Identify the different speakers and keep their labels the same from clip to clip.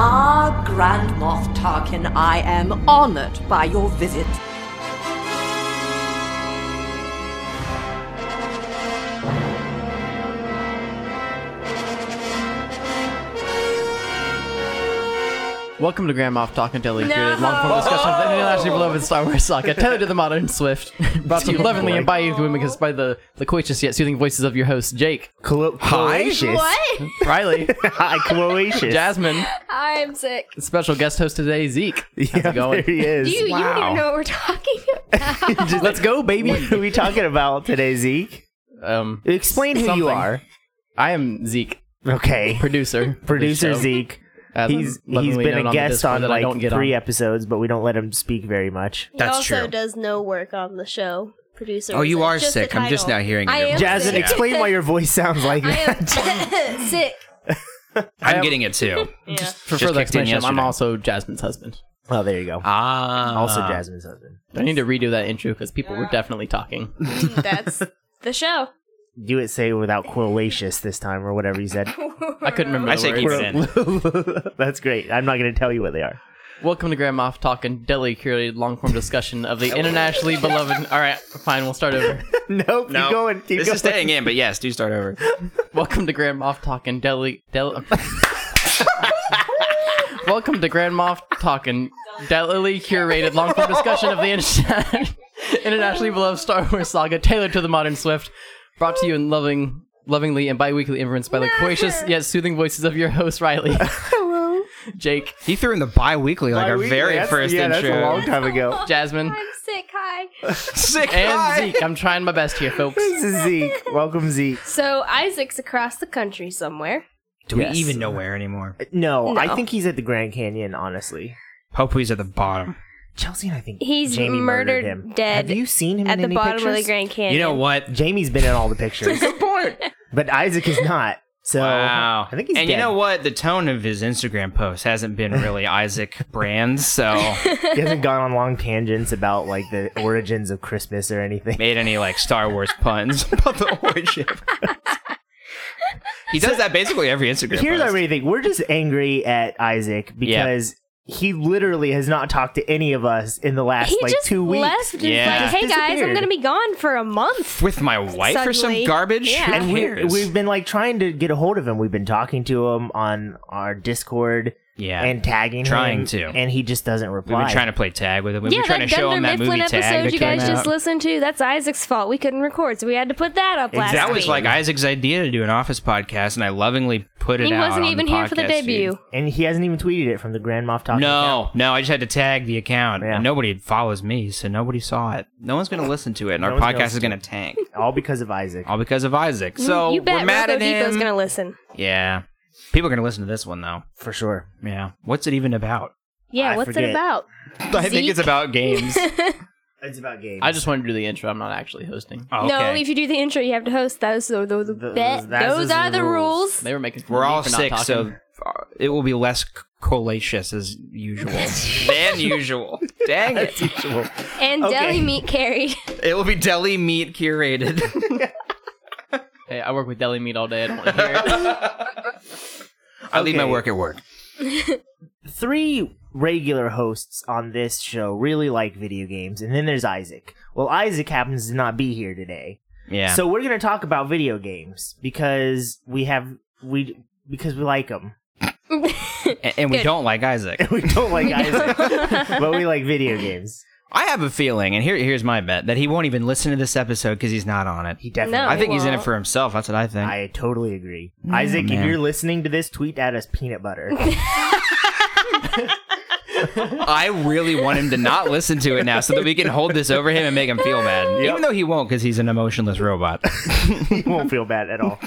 Speaker 1: Ah, Grand Moff Tarkin, I am honored by your visit.
Speaker 2: Welcome to Grand Moff Talking Daily
Speaker 3: No.
Speaker 2: Fury, long form discussion of the internationally beloved Star Wars saga, tethered to the modern swift, brought to you lovingly and by you women because by the, the coitus yet soothing voices of your hosts, Jake,
Speaker 4: Clo- Cloacious.
Speaker 3: What?
Speaker 2: Riley,
Speaker 4: Hi, Cloacious.
Speaker 2: Jasmine,
Speaker 3: I'm sick.
Speaker 2: special guest host today, Zeke. How's
Speaker 4: yeah,
Speaker 2: it going?
Speaker 4: there he is.
Speaker 3: Do you, you don't even know what we're talking about.
Speaker 2: Let's go,
Speaker 4: what are
Speaker 2: baby.
Speaker 4: we talking about today, Zeke?
Speaker 2: um,
Speaker 4: Explain who
Speaker 2: Something.
Speaker 4: you are.
Speaker 2: I am Zeke,
Speaker 4: Okay.
Speaker 2: producer. of this
Speaker 4: Producer
Speaker 2: show.
Speaker 4: Zeke.
Speaker 2: Uh,
Speaker 4: He's
Speaker 2: lovingly
Speaker 4: he's been
Speaker 2: known
Speaker 4: a
Speaker 2: the
Speaker 4: guest
Speaker 2: Discord
Speaker 4: on
Speaker 2: that
Speaker 4: like
Speaker 2: I don't get
Speaker 4: three
Speaker 2: on.
Speaker 4: episodes, but we don't let him speak very much.
Speaker 5: That's
Speaker 6: he also
Speaker 5: true.
Speaker 6: does no work on the show. Producer.
Speaker 5: Oh, you
Speaker 6: is-
Speaker 5: are
Speaker 6: just the
Speaker 5: sick. I'm just now
Speaker 6: title.
Speaker 5: hearing
Speaker 3: I
Speaker 5: it.
Speaker 3: am
Speaker 4: Jasmine,
Speaker 3: sick.
Speaker 4: explain why your voice sounds like
Speaker 3: I
Speaker 4: that.
Speaker 3: am sick.
Speaker 5: I'm getting it too.
Speaker 2: For
Speaker 6: Yeah.
Speaker 5: Just
Speaker 2: further
Speaker 5: kicked in
Speaker 2: explanation, I'm
Speaker 5: yesterday.
Speaker 2: also Jasmine's husband.
Speaker 4: Oh, there you go.
Speaker 2: Uh,
Speaker 5: Ah.
Speaker 4: also, Jasmine's husband.
Speaker 2: I need to redo that intro because people were definitely talking.
Speaker 6: Mm, That's the show.
Speaker 4: Do it say without Cloacious this time or whatever you said.
Speaker 2: I couldn't remember.
Speaker 5: I
Speaker 2: the
Speaker 5: say keep
Speaker 2: words.
Speaker 5: it in.
Speaker 4: That's great. I'm not going to tell you what they are.
Speaker 2: Welcome to Grand Moff Talk and deli curated long form discussion of the internationally beloved. All right, fine, we'll start over.
Speaker 4: Nope.
Speaker 5: No,
Speaker 4: Keep going. Keep
Speaker 5: this
Speaker 4: going.
Speaker 5: is staying in, but yes, do start over.
Speaker 2: Welcome to Grand Moff Talk and deli. Del- Welcome to Grand Moff Talk and deli curated long form discussion of the inter- internationally beloved Star Wars saga tailored to the modern Swift. Brought to you in loving, lovingly and bi weekly influence by the loquacious yet soothing voices of your host, Riley. Hello. Jake,
Speaker 5: He threw in the bi-weekly like our
Speaker 4: Bi-weekly,
Speaker 5: very
Speaker 4: that's-
Speaker 5: first
Speaker 4: yeah,
Speaker 5: intro.
Speaker 4: That's a long time ago.
Speaker 2: Jasmine,
Speaker 3: I'm sick. Hi.
Speaker 5: Sick.
Speaker 2: and
Speaker 5: guy.
Speaker 2: Zeke. I'm trying my best here, folks.
Speaker 4: This is Zeke. Welcome, Zeke.
Speaker 6: So Isaac's across the country somewhere.
Speaker 5: Do we
Speaker 4: Yes.
Speaker 5: even know where anymore?
Speaker 4: No,
Speaker 6: No.
Speaker 4: I think he's at the Grand Canyon, honestly.
Speaker 5: Hopewe's at the bottom.
Speaker 4: Chelsea and I think
Speaker 6: He's
Speaker 4: Jamie
Speaker 6: murdered,
Speaker 4: him.
Speaker 6: dead
Speaker 4: Have you seen him
Speaker 6: at
Speaker 4: in
Speaker 6: the
Speaker 4: any
Speaker 6: bottom of the
Speaker 4: pictures?
Speaker 6: Grand Canyon.
Speaker 5: You know what?
Speaker 4: Jamie's been in all the pictures,
Speaker 5: Good point.
Speaker 4: but Isaac is not. So
Speaker 5: Wow.
Speaker 4: I think he's
Speaker 5: and
Speaker 4: dead.
Speaker 5: you know what? The tone of his Instagram post hasn't been really Isaac Brand, so
Speaker 4: he hasn't gone on long tangents about like the origins of Christmas or anything.
Speaker 5: made any like Star Wars puns about the origin. he does that basically every Instagram
Speaker 4: Here's our
Speaker 5: post.
Speaker 4: main thing: we're just angry at Isaac
Speaker 5: Yeah.
Speaker 4: because he literally has not talked to any of us in the last
Speaker 6: He
Speaker 4: like
Speaker 6: just
Speaker 4: two weeks.
Speaker 6: left. and was
Speaker 5: Yeah.
Speaker 6: like, hey guys, I'm
Speaker 4: Disappeared.
Speaker 6: gonna be gone for a month.
Speaker 5: with my wife or some
Speaker 6: Suddenly.
Speaker 5: garbage.
Speaker 6: Yeah.
Speaker 5: Who
Speaker 4: And we
Speaker 5: cares?
Speaker 4: we've been like trying to get a hold of him. We've been talking to him on our Discord
Speaker 5: yeah.
Speaker 4: and tagging
Speaker 5: Trying
Speaker 4: him,
Speaker 5: to.
Speaker 4: and he just doesn't
Speaker 5: We've
Speaker 4: reply.
Speaker 5: been trying to play tag with him. We've
Speaker 6: yeah,
Speaker 5: been trying to
Speaker 6: that
Speaker 5: show
Speaker 6: Dunder
Speaker 5: him that
Speaker 6: Mifflin
Speaker 5: movie tag
Speaker 6: episode
Speaker 5: that
Speaker 6: you guys
Speaker 5: came
Speaker 6: just
Speaker 5: out.
Speaker 6: listened to. That's Isaac's fault. We couldn't record, so we had to put that up last.
Speaker 5: that was
Speaker 6: week.
Speaker 5: like Isaac's idea to do an office podcast, and I lovingly put it
Speaker 6: he
Speaker 5: out.
Speaker 6: wasn't
Speaker 5: on
Speaker 6: even
Speaker 5: the
Speaker 6: here for the
Speaker 5: podcast feed.
Speaker 6: debut.
Speaker 4: and he hasn't even tweeted it from the Grand Moff Talking.
Speaker 5: No, no, I just had to tag the account,
Speaker 4: Yeah.
Speaker 5: and nobody follows me, so nobody saw it. No one's going to listen to it, and
Speaker 4: No
Speaker 5: our
Speaker 4: one's gonna
Speaker 5: podcast is going to tank,
Speaker 4: all because of Isaac.
Speaker 5: all because of Isaac. So
Speaker 6: Mm, you bet
Speaker 5: we're mad
Speaker 6: Rocco
Speaker 5: at him.
Speaker 6: Depot's gonna listen.
Speaker 5: yeah, people are going to listen to this one though.
Speaker 4: For sure.
Speaker 5: Yeah, what's it even about?
Speaker 6: Yeah,
Speaker 4: I
Speaker 6: what's
Speaker 4: forget.
Speaker 6: it about?
Speaker 5: I think it's about games.
Speaker 4: It's about games.
Speaker 2: I just wanted to do the intro. I'm not actually hosting.
Speaker 5: Oh,
Speaker 6: No,
Speaker 5: okay.
Speaker 6: if you do the intro, you have to host. Those are the, the,
Speaker 4: Th-
Speaker 6: bet-
Speaker 4: that's-
Speaker 6: those
Speaker 4: those
Speaker 6: are the rules.
Speaker 2: They were making fun
Speaker 5: we're
Speaker 2: of me
Speaker 5: all
Speaker 2: for not
Speaker 5: sick, so
Speaker 2: talking.
Speaker 5: uh, it will be less c- collacious as usual than usual. Dang it!
Speaker 6: And
Speaker 4: Okay.
Speaker 6: deli meat carried.
Speaker 5: It will be deli meat curated.
Speaker 2: Hey, I work with deli meat all day. I don't want to hear it.
Speaker 5: I leave my
Speaker 4: Okay.
Speaker 5: work at work.
Speaker 4: three regular hosts on this show really like video games, and then there's Isaac. Well, Isaac happens to not be here today,
Speaker 5: Yeah.
Speaker 4: so we're gonna talk about video games because we have we because we like them.
Speaker 5: and, and we
Speaker 6: Good.
Speaker 5: don't like Isaac.
Speaker 4: we don't like Isaac, but we like video games.
Speaker 5: I have a feeling, and here here's my bet that he won't even listen to this episode because he's not on it.
Speaker 4: He definitely.
Speaker 6: No.
Speaker 5: I think he's in it
Speaker 6: won't.
Speaker 5: for himself. That's what I think.
Speaker 4: I totally agree. Isaac, if
Speaker 5: Mm. man.
Speaker 4: you're listening to this, tweet at us peanut butter.
Speaker 5: I really want him to not listen to it now, so that we can hold this over him and make him feel bad, even though he won't because he's an emotionless robot.
Speaker 4: you won't feel bad at all.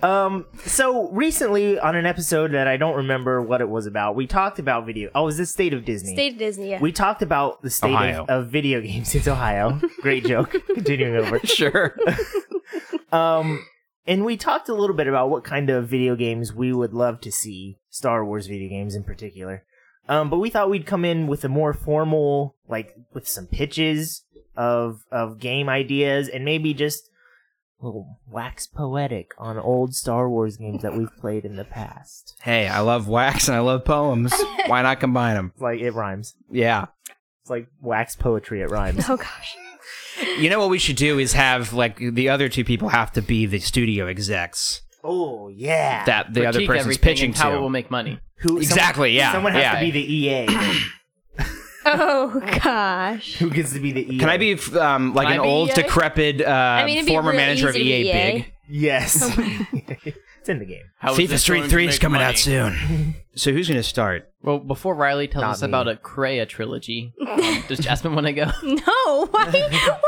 Speaker 4: Um, so recently on an episode that I don't remember what it was about, we talked about video. Oh, it was the state of Disney.
Speaker 6: State of Disney. Yeah.
Speaker 4: we talked about the state
Speaker 5: Ohio.
Speaker 4: of, of video games. It's Ohio. Great joke. Continuing over.
Speaker 5: sure.
Speaker 4: Um, and we talked a little bit about what kind of video games we would love to see, Star Wars video games in particular. Um, but we thought we'd come in with a more formal, like with some pitches of of game ideas, and maybe just little wax poetic on old Star Wars games that we've played in the past.
Speaker 5: Hey, I love wax and I love poems. Why not combine them?
Speaker 4: It's like it rhymes.
Speaker 5: Yeah.
Speaker 4: It's like wax poetry. It rhymes.
Speaker 6: Oh gosh.
Speaker 5: You know what we should do is have like the other two people have to be the studio execs
Speaker 4: Oh yeah.
Speaker 5: that the other
Speaker 2: Critique
Speaker 5: person's
Speaker 2: everything
Speaker 5: pitching
Speaker 2: and how
Speaker 5: to.
Speaker 2: it will make money.
Speaker 4: Who
Speaker 5: exactly, yeah,
Speaker 4: Someone has
Speaker 5: yeah.
Speaker 4: to be the EA.
Speaker 6: Oh gosh.
Speaker 4: Who gets to be the E EA?
Speaker 2: E
Speaker 5: Can I be f- um, like
Speaker 2: Can
Speaker 5: an
Speaker 2: I be
Speaker 5: old,
Speaker 2: EA?
Speaker 5: decrepit uh,
Speaker 6: E mean, it'd be
Speaker 5: former
Speaker 6: really
Speaker 5: manager of
Speaker 6: easy E to
Speaker 5: EA,
Speaker 6: be EA.
Speaker 5: Big?
Speaker 4: Yes. it's in the game.
Speaker 2: How is
Speaker 5: FIFA
Speaker 2: this
Speaker 5: Street
Speaker 2: going to
Speaker 5: 3 is
Speaker 2: make
Speaker 5: coming
Speaker 2: money?
Speaker 5: out soon. so who's going to start?
Speaker 2: Well, before Riley tells
Speaker 4: Not
Speaker 2: us
Speaker 4: me.
Speaker 2: about a Kreia trilogy, um, does Jasmine want to go?
Speaker 6: No. Why? Why?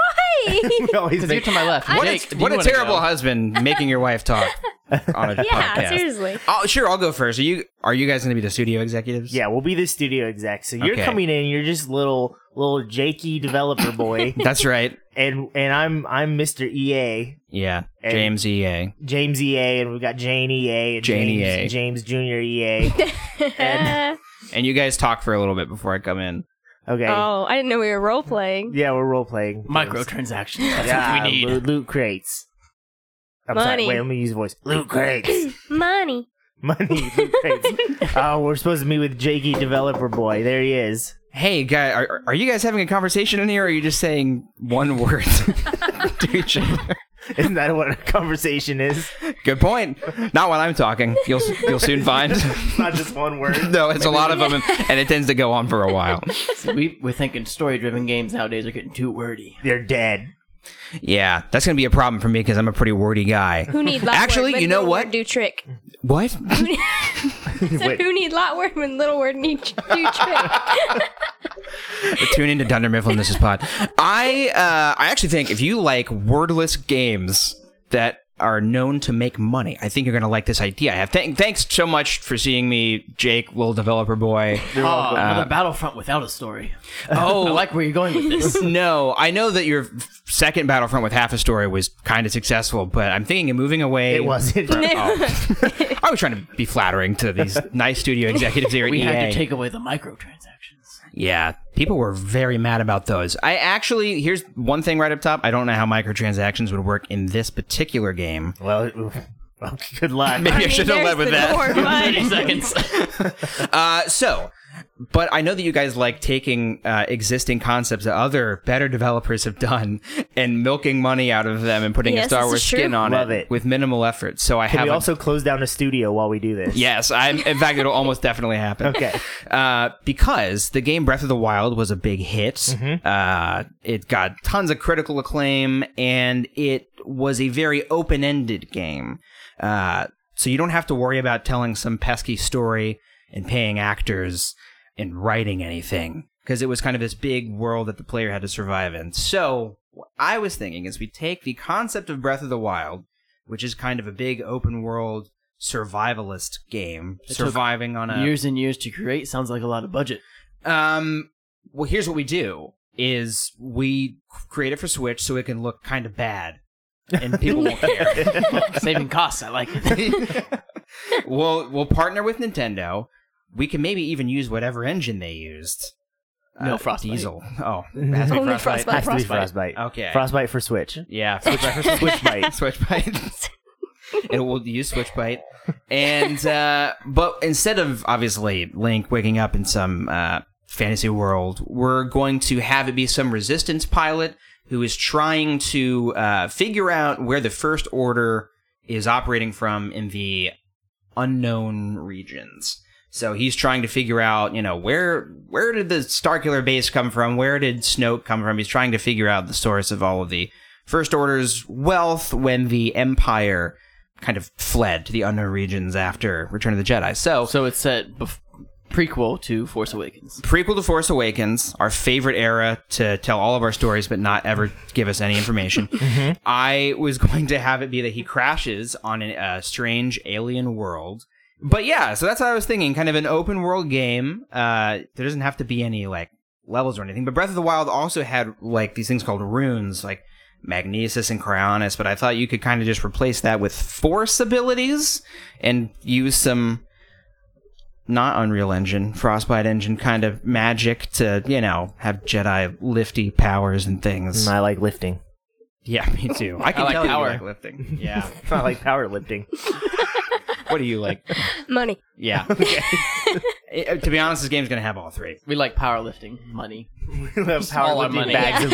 Speaker 4: We always
Speaker 2: Because you're
Speaker 4: make-
Speaker 2: to my left.
Speaker 5: What,
Speaker 2: Jake,
Speaker 5: a,
Speaker 2: do
Speaker 5: what
Speaker 2: you
Speaker 5: a
Speaker 2: wanna go?
Speaker 5: terrible husband making your wife talk on a
Speaker 6: yeah.
Speaker 5: podcast.
Speaker 6: Seriously.
Speaker 5: Oh, sure, I'll go first. Are you are you guys going to be the studio executives?
Speaker 4: yeah, we'll be the studio exec. So you're
Speaker 5: Okay.
Speaker 4: coming in. You're just little little jakey developer boy,
Speaker 5: That's right.
Speaker 4: and and I'm I'm Mr. EA.
Speaker 5: Yeah.
Speaker 4: And-
Speaker 5: James E EA.
Speaker 4: James EA, and we've got Jane EA, and
Speaker 5: Jane
Speaker 2: E
Speaker 5: EA.
Speaker 4: James, James Junior E EA. and,
Speaker 5: And you guys talk for a little bit before I come in.
Speaker 4: okay,
Speaker 6: Oh, I didn't know we were role playing.
Speaker 4: yeah, we're role playing
Speaker 2: Microtransactions. That's
Speaker 4: Yeah,
Speaker 2: what we need.
Speaker 4: Loot, loot crates. I'm
Speaker 6: Money.
Speaker 4: sorry. Wait, let me use voice. Loot crates,
Speaker 6: Money.
Speaker 4: money, loot crates. Oh, we're supposed to meet with Jakey Developer Boy. There he is.
Speaker 5: Hey, guy, are, are you guys having a conversation in here or are you just saying one word to each other?
Speaker 4: Isn't that what a conversation is?
Speaker 5: Good point. Not while I'm talking. You'll you'll soon find.
Speaker 4: Not just one word.
Speaker 5: No, it's a lot of them, and it tends to go on for a while.
Speaker 2: See, we, we're thinking story-driven games nowadays are getting too wordy.
Speaker 4: They're dead.
Speaker 5: Yeah, that's gonna be a problem for me because I'm a pretty wordy guy.
Speaker 6: Who need lot
Speaker 5: Actually,
Speaker 6: word when
Speaker 5: you know
Speaker 6: little
Speaker 5: what?
Speaker 6: word do trick.
Speaker 5: What?
Speaker 6: So who need lot word when little word need tr- do trick?
Speaker 5: Tune into Dunder Mifflin. This is Pod. I uh, I actually think if you like wordless games that are known to make money, I think you're gonna like this idea. I have Thank thanks so much for seeing me, Jake, little developer boy.
Speaker 2: Oh,
Speaker 5: Uh,
Speaker 2: another Battlefront without a story. I
Speaker 5: Oh,
Speaker 2: like where you're going with this.
Speaker 5: No, I know that your f- second Battlefront with half a story was kind of successful, but I'm thinking of moving away.
Speaker 4: It wasn't.
Speaker 2: Oh.
Speaker 5: I was trying to be flattering to these nice studio executives here at
Speaker 2: we
Speaker 5: EA.
Speaker 2: had to take away the microtransactions.
Speaker 5: yeah, people were very mad about those. I actually here's one thing right up top. I don't know how microtransactions would work in this particular game.
Speaker 4: well, well, good luck.
Speaker 5: Maybe I,
Speaker 6: mean,
Speaker 5: should have
Speaker 6: there's
Speaker 5: led with
Speaker 6: the
Speaker 5: that.
Speaker 6: door, bud.
Speaker 2: 30 seconds.
Speaker 5: Uh, so, but I know that you guys like taking uh, existing concepts that other better developers have done and milking money out of them and putting
Speaker 6: Yes,
Speaker 5: a Star
Speaker 6: this is
Speaker 5: Wars
Speaker 6: true.
Speaker 5: skin on
Speaker 4: Love
Speaker 5: it,
Speaker 4: it.
Speaker 5: with minimal effort. So I
Speaker 4: Can
Speaker 5: have
Speaker 4: we
Speaker 5: a-
Speaker 4: also close down a studio while we do this?
Speaker 5: Yes, I'm. In fact, it'll almost definitely happen.
Speaker 4: Okay.
Speaker 5: Uh, because the game Breath of the Wild was a big hit.
Speaker 2: Mm-hmm.
Speaker 5: Uh, it got tons of critical acclaim, and it was a very open-ended game. Uh, so you don't have to worry about telling some pesky story and paying actors and writing anything because it was kind of this big world that the player had to survive in. So what I was thinking is we take the concept of Breath of the Wild, which is kind of a big open world survivalist game,
Speaker 2: It took
Speaker 5: surviving on a
Speaker 2: years and years to create sounds like a lot of budget.
Speaker 5: um, well, here's what we do: is we create it for Switch so it can look kind of bad, and people won't care.
Speaker 2: Saving costs, I like it.
Speaker 5: we'll we'll partner with Nintendo. We can maybe even use whatever engine they used. Uh,
Speaker 2: No Frostbite.
Speaker 5: Diesel. Oh, it has to be
Speaker 6: Only
Speaker 4: Has to be
Speaker 5: Frostbite.
Speaker 4: frostbite.
Speaker 5: Okay.
Speaker 4: Frostbite for Switch.
Speaker 5: Yeah, Switchbite.
Speaker 4: Switchbite.
Speaker 5: Switchbite. it will use Switchbite. And, uh, but instead of obviously Link waking up in some, uh, fantasy world, we're going to have it be some resistance pilot who is trying to, uh, figure out where the First Order is operating from in the unknown regions. So he's trying to figure out, you know, where where did the Starkiller base come from? Where did Snoke come from? He's trying to figure out the source of all of the First Order's wealth when the Empire kind of fled to the unknown regions after Return of the Jedi. So,
Speaker 2: So it's set bef- prequel to Force Awakens.
Speaker 5: prequel to Force Awakens, our favorite era to tell all of our stories but not ever give us any information. I was going to have it be that he crashes on a uh, strange alien world. But yeah, so that's what I was thinking. Kind of an open world game. Uh, there doesn't have to be any like levels or anything. But Breath of the Wild also had like these things called runes, like Magnesis and Cryonis. But I thought you could kind of just replace that with Force abilities and use some not Unreal Engine, Frostbite Engine kind of magic to you know have Jedi lifty powers and things.
Speaker 4: I like lifting.
Speaker 5: Yeah, me too. I can
Speaker 2: I like
Speaker 5: tell
Speaker 2: power.
Speaker 5: you like lifting. Yeah.
Speaker 4: I like powerlifting.
Speaker 5: what do you like?
Speaker 6: Money.
Speaker 5: Yeah. Eh, to be honest, this game's gonna have all three.
Speaker 2: We like powerlifting money.
Speaker 4: We love
Speaker 2: all our
Speaker 4: powerlifting
Speaker 2: money.
Speaker 4: bags of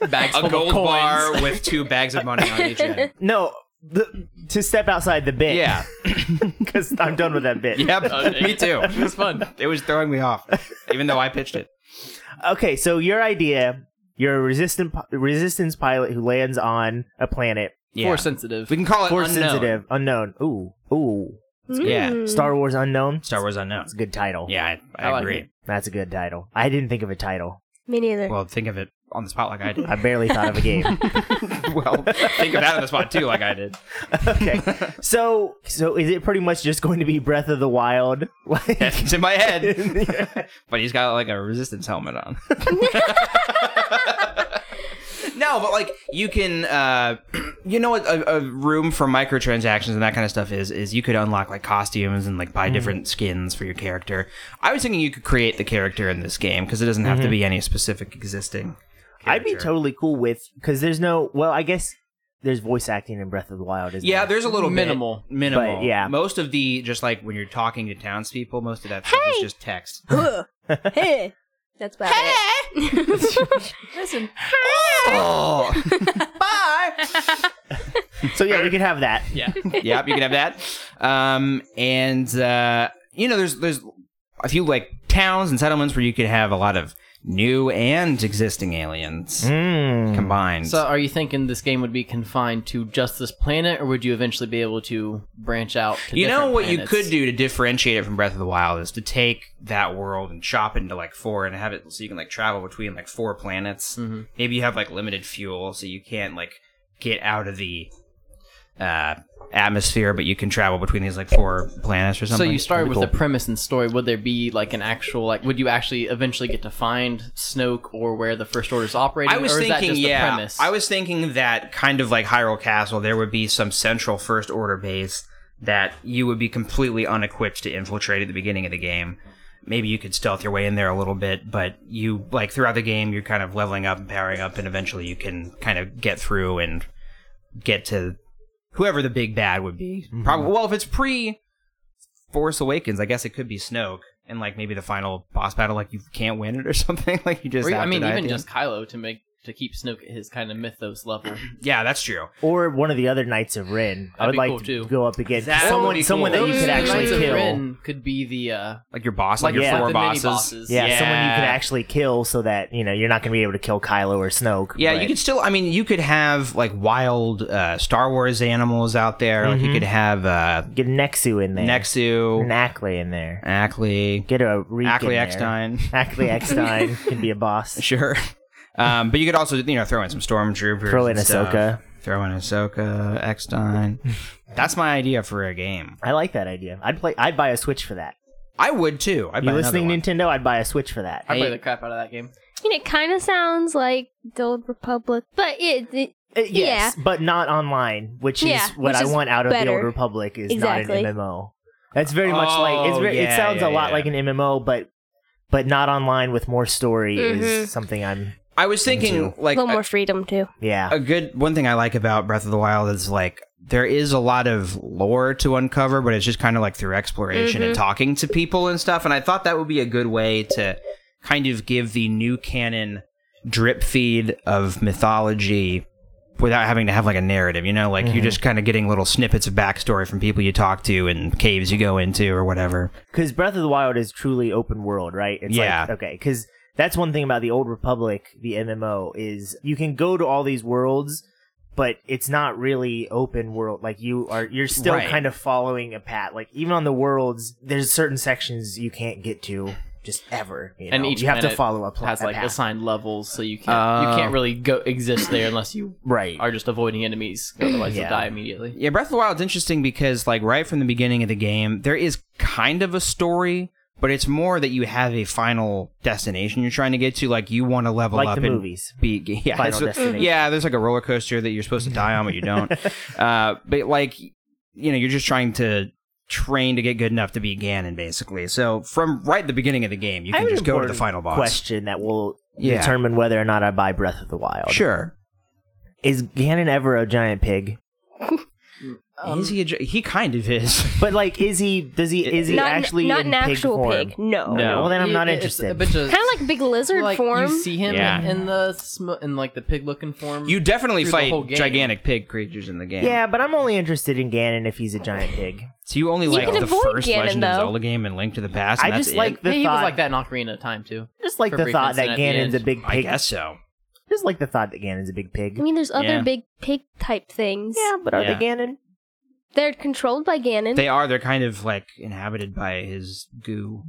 Speaker 4: money.
Speaker 2: Bags full
Speaker 5: A
Speaker 2: of
Speaker 5: gold
Speaker 2: coins.
Speaker 5: bar with two bags of money on each end.
Speaker 4: No, the, to step outside the bit.
Speaker 5: Yeah.
Speaker 4: because I'm done with that bit.
Speaker 5: Yep. Uh, me too.
Speaker 2: It was fun.
Speaker 5: It was throwing me off, even though I pitched it.
Speaker 4: Okay, so your idea, you're a resistant pi- resistance pilot who lands on a planet,
Speaker 5: Yeah.
Speaker 2: Force sensitive.
Speaker 5: We can call it
Speaker 4: force
Speaker 5: unknown.
Speaker 4: sensitive, unknown. Ooh, ooh,
Speaker 5: Yeah.
Speaker 4: Star Wars unknown.
Speaker 5: Star Wars unknown.
Speaker 4: That's a good title.
Speaker 5: Yeah, I, I,
Speaker 2: I like
Speaker 5: agree.
Speaker 2: it.
Speaker 4: that's a good title. I didn't think of a title.
Speaker 6: Me neither.
Speaker 5: Well, think of it on the spot like I did.
Speaker 4: I barely thought of a game.
Speaker 5: well, think of that on the spot too, like I did.
Speaker 4: okay, so so is it pretty much just going to be Breath of the Wild? Like,
Speaker 5: It's in my head, but he's got like a resistance helmet on. no, but like you can, uh, you know what a, a room for microtransactions and that kind of stuff is is you could unlock like costumes and like buy different skins for your character. I was thinking you could create the character in this game because it doesn't have to be any specific existing.
Speaker 4: I'd be
Speaker 5: character.
Speaker 4: totally cool with because there's no. Well, I guess there's voice acting in Breath of the Wild. Isn't
Speaker 5: Yeah,
Speaker 4: there?
Speaker 5: there's a little bit.
Speaker 2: Minimal.
Speaker 5: minimal.
Speaker 4: But, yeah.
Speaker 5: most of the just like when you're talking to townspeople, most of that stuff is just text.
Speaker 6: hey. That's about it. Listen.
Speaker 5: oh,
Speaker 4: so yeah, we could have that.
Speaker 2: yeah.
Speaker 5: yep, you can have that. Um, and uh, you know, there's there's a few like towns and settlements where you could have a lot of new and existing aliens
Speaker 4: Mm.
Speaker 5: combined.
Speaker 2: So, are you thinking this game would be confined to just this planet, or would you eventually be able to branch out? To
Speaker 5: you know
Speaker 2: different
Speaker 5: what
Speaker 2: planets?
Speaker 5: you could do to differentiate it from Breath of the Wild is to take that world and chop it into like four and have it so you can like travel between like four planets.
Speaker 2: Mhm.
Speaker 5: Maybe you have like limited fuel so you can't like get out of the uh atmosphere but you can travel between these like four planets or
Speaker 2: So
Speaker 5: something.
Speaker 2: you started with
Speaker 5: That'd
Speaker 2: the
Speaker 5: be cool.
Speaker 2: premise and story. Would there be like an actual like? Would you actually eventually get to find Snoke or where the First Order's operating?
Speaker 5: I was
Speaker 2: or is
Speaker 5: thinking,
Speaker 2: that just
Speaker 5: yeah.
Speaker 2: the premise?
Speaker 5: I was thinking that kind of like Hyrule Castle, there would be some central first order base that you would be completely unequipped to infiltrate at the beginning of the game. Maybe you could stealth your way in there a little bit, but you like throughout the game, you're kind of leveling up and powering up, and eventually you can kind of get through and get to whoever the big bad would be. Probably. Well, if it's pre Force Awakens, I guess it could be Snoke. And like maybe the final boss battle, like you can't win it or something. Like you just.
Speaker 2: Or,
Speaker 5: have
Speaker 2: I
Speaker 5: to
Speaker 2: mean,
Speaker 5: die at
Speaker 2: even
Speaker 5: the end.
Speaker 2: just Kylo to make to keep Snoke at his kind of mythos level.
Speaker 5: Yeah, that's true.
Speaker 4: Or one of the other Knights of Ren. I
Speaker 2: That'd
Speaker 4: would
Speaker 2: be
Speaker 4: like
Speaker 2: cool,
Speaker 4: to
Speaker 2: too.
Speaker 4: go up against
Speaker 5: That would
Speaker 4: someone,
Speaker 5: be cool.
Speaker 4: someone that you
Speaker 2: Those
Speaker 4: could actually
Speaker 2: Knights of
Speaker 4: kill.
Speaker 2: Ren could be the uh,
Speaker 5: Like your boss,
Speaker 2: like
Speaker 5: like, your
Speaker 4: yeah.
Speaker 5: four
Speaker 2: the
Speaker 5: bosses.
Speaker 2: mini bosses.
Speaker 4: Yeah, someone you could
Speaker 5: Yeah.
Speaker 4: actually kill, so that you know you're not going to be able to kill Kylo or Snoke.
Speaker 5: Yeah, you
Speaker 4: but-
Speaker 5: could still. I mean, you could have like wild uh, Star Wars animals out there. Like you could have uh,
Speaker 4: get Nexu in there,
Speaker 5: Nexu,
Speaker 4: an Ackley in there,
Speaker 5: Ackley,
Speaker 4: get a Reek
Speaker 5: Ackley
Speaker 4: in there.
Speaker 5: Eckstein.
Speaker 4: Ackley Eckstein can be a boss.
Speaker 5: Sure. Um, but you could also, you know, throw in some stormtroopers.
Speaker 4: Throw in
Speaker 5: and stuff.
Speaker 4: Ahsoka.
Speaker 5: Throw in Ahsoka, Eckstein. That's my idea for a game.
Speaker 4: I like that idea. I'd play. I'd buy a Switch for that.
Speaker 5: I would too. I'd
Speaker 4: You
Speaker 5: buy another
Speaker 4: listening,
Speaker 5: one.
Speaker 4: Nintendo? I'd buy a Switch for that.
Speaker 2: I
Speaker 5: Hey.
Speaker 2: play the crap out of that game.
Speaker 6: I mean, it kind of sounds like the old Republic, but it, it
Speaker 4: Uh, yes, but not online, which
Speaker 6: Yeah,
Speaker 4: is what
Speaker 6: which
Speaker 4: I
Speaker 6: is
Speaker 4: want out of the
Speaker 6: better.
Speaker 4: Old Republic. Is
Speaker 6: Exactly.
Speaker 4: not an MMO. That's very much like it's
Speaker 5: Oh,
Speaker 4: very,
Speaker 5: yeah,
Speaker 4: it sounds
Speaker 5: yeah,
Speaker 4: a lot
Speaker 5: yeah.
Speaker 4: like an MMO, but but not online with more story
Speaker 6: Mhm.
Speaker 4: is something I'm.
Speaker 5: I was thinking,
Speaker 4: Into.
Speaker 5: like,
Speaker 6: a little
Speaker 5: a-
Speaker 6: more freedom too.
Speaker 4: Yeah,
Speaker 5: a good one thing I like about Breath of the Wild is like there is a lot of lore to uncover, but it's just kind of like through exploration and talking to people and stuff. And I thought that would be a good way to kind of give the new canon drip feed of mythology without having to have like a narrative, you know, like you're just kind of getting little snippets of backstory from people you talk to and caves you go into or whatever.
Speaker 4: because Breath of the Wild is truly open world, right? It's
Speaker 5: Yeah.
Speaker 4: Like, okay, because that's one thing about the Old Republic, the MMO, is you can go to all these worlds, but it's not really open world. Like you are, you're still
Speaker 5: Right.
Speaker 4: kind of following a path. Like even on the worlds, there's certain sections you can't get to just ever. You
Speaker 2: And
Speaker 4: know?
Speaker 2: each
Speaker 4: you have to
Speaker 2: planet
Speaker 4: follow a, pl-
Speaker 2: has
Speaker 4: a
Speaker 2: like
Speaker 4: path.
Speaker 2: assigned levels, so you can't
Speaker 5: Oh.
Speaker 2: you can't really go exist there unless you
Speaker 4: right.
Speaker 2: are just avoiding enemies. Otherwise,
Speaker 4: Yeah.
Speaker 2: you'll die immediately.
Speaker 5: Yeah, Breath of the Wild's interesting because like right from the beginning of the game, there is kind of a story, but it's more that you have a final destination you're trying to get to. Like you want to level
Speaker 4: Like
Speaker 5: up
Speaker 4: the
Speaker 5: and
Speaker 4: movies.
Speaker 5: be yeah,
Speaker 4: Final
Speaker 5: that's what-
Speaker 4: Destination.
Speaker 5: yeah. There's like a roller coaster that you're supposed to die on, but you don't. uh, but like you know, you're just trying to train to get good enough to be Ganon, basically. So from right at the beginning of the game, you
Speaker 4: I
Speaker 5: can
Speaker 4: have an
Speaker 5: just go to the
Speaker 4: important
Speaker 5: final boss.
Speaker 4: Question that will
Speaker 5: Yeah.
Speaker 4: determine whether or not I buy Breath of the Wild.
Speaker 5: Sure.
Speaker 4: Is Ganon ever a giant pig?
Speaker 2: Um,
Speaker 5: is he? A, gi- he kind of is.
Speaker 4: But like, is he? Does he? Is he
Speaker 6: not an-
Speaker 4: actually
Speaker 6: not
Speaker 4: in
Speaker 6: an
Speaker 4: pig
Speaker 6: actual
Speaker 4: form?
Speaker 6: pig. No.
Speaker 5: No.
Speaker 4: Well, then I'm not
Speaker 2: It- it's
Speaker 4: interested.
Speaker 2: a bunch of-
Speaker 6: Kind of like big lizard
Speaker 2: like,
Speaker 6: form.
Speaker 2: You see him
Speaker 5: Yeah.
Speaker 2: in the sm- in like the pig looking form.
Speaker 5: You definitely
Speaker 2: Through the whole
Speaker 5: fight
Speaker 2: game.
Speaker 5: gigantic pig creatures in the game.
Speaker 4: yeah, but I'm only interested in Ganon if he's a giant pig.
Speaker 5: So you only like
Speaker 6: can
Speaker 5: the
Speaker 6: avoid
Speaker 5: first
Speaker 6: Ganon,
Speaker 5: Legend of
Speaker 6: though.
Speaker 5: Zelda game and Link to the Past.
Speaker 4: I
Speaker 5: And that's
Speaker 4: just
Speaker 5: it?
Speaker 4: like the
Speaker 2: he
Speaker 4: thought.
Speaker 2: was like that in Ocarina of Time too.
Speaker 4: Just like
Speaker 2: for
Speaker 4: the
Speaker 2: brief
Speaker 4: thought
Speaker 2: instant
Speaker 4: that
Speaker 2: at the
Speaker 4: Ganon's a
Speaker 2: end.
Speaker 4: big
Speaker 5: I
Speaker 4: pig.
Speaker 5: guess so.
Speaker 4: Just like the thought that Ganon's a big pig.
Speaker 6: I mean, there's other
Speaker 5: Yeah.
Speaker 6: big pig type things.
Speaker 4: Yeah, but are
Speaker 5: Yeah.
Speaker 4: they Ganon?
Speaker 6: They're controlled by Ganon.
Speaker 5: They are. They're kind of like inhabited by his goo.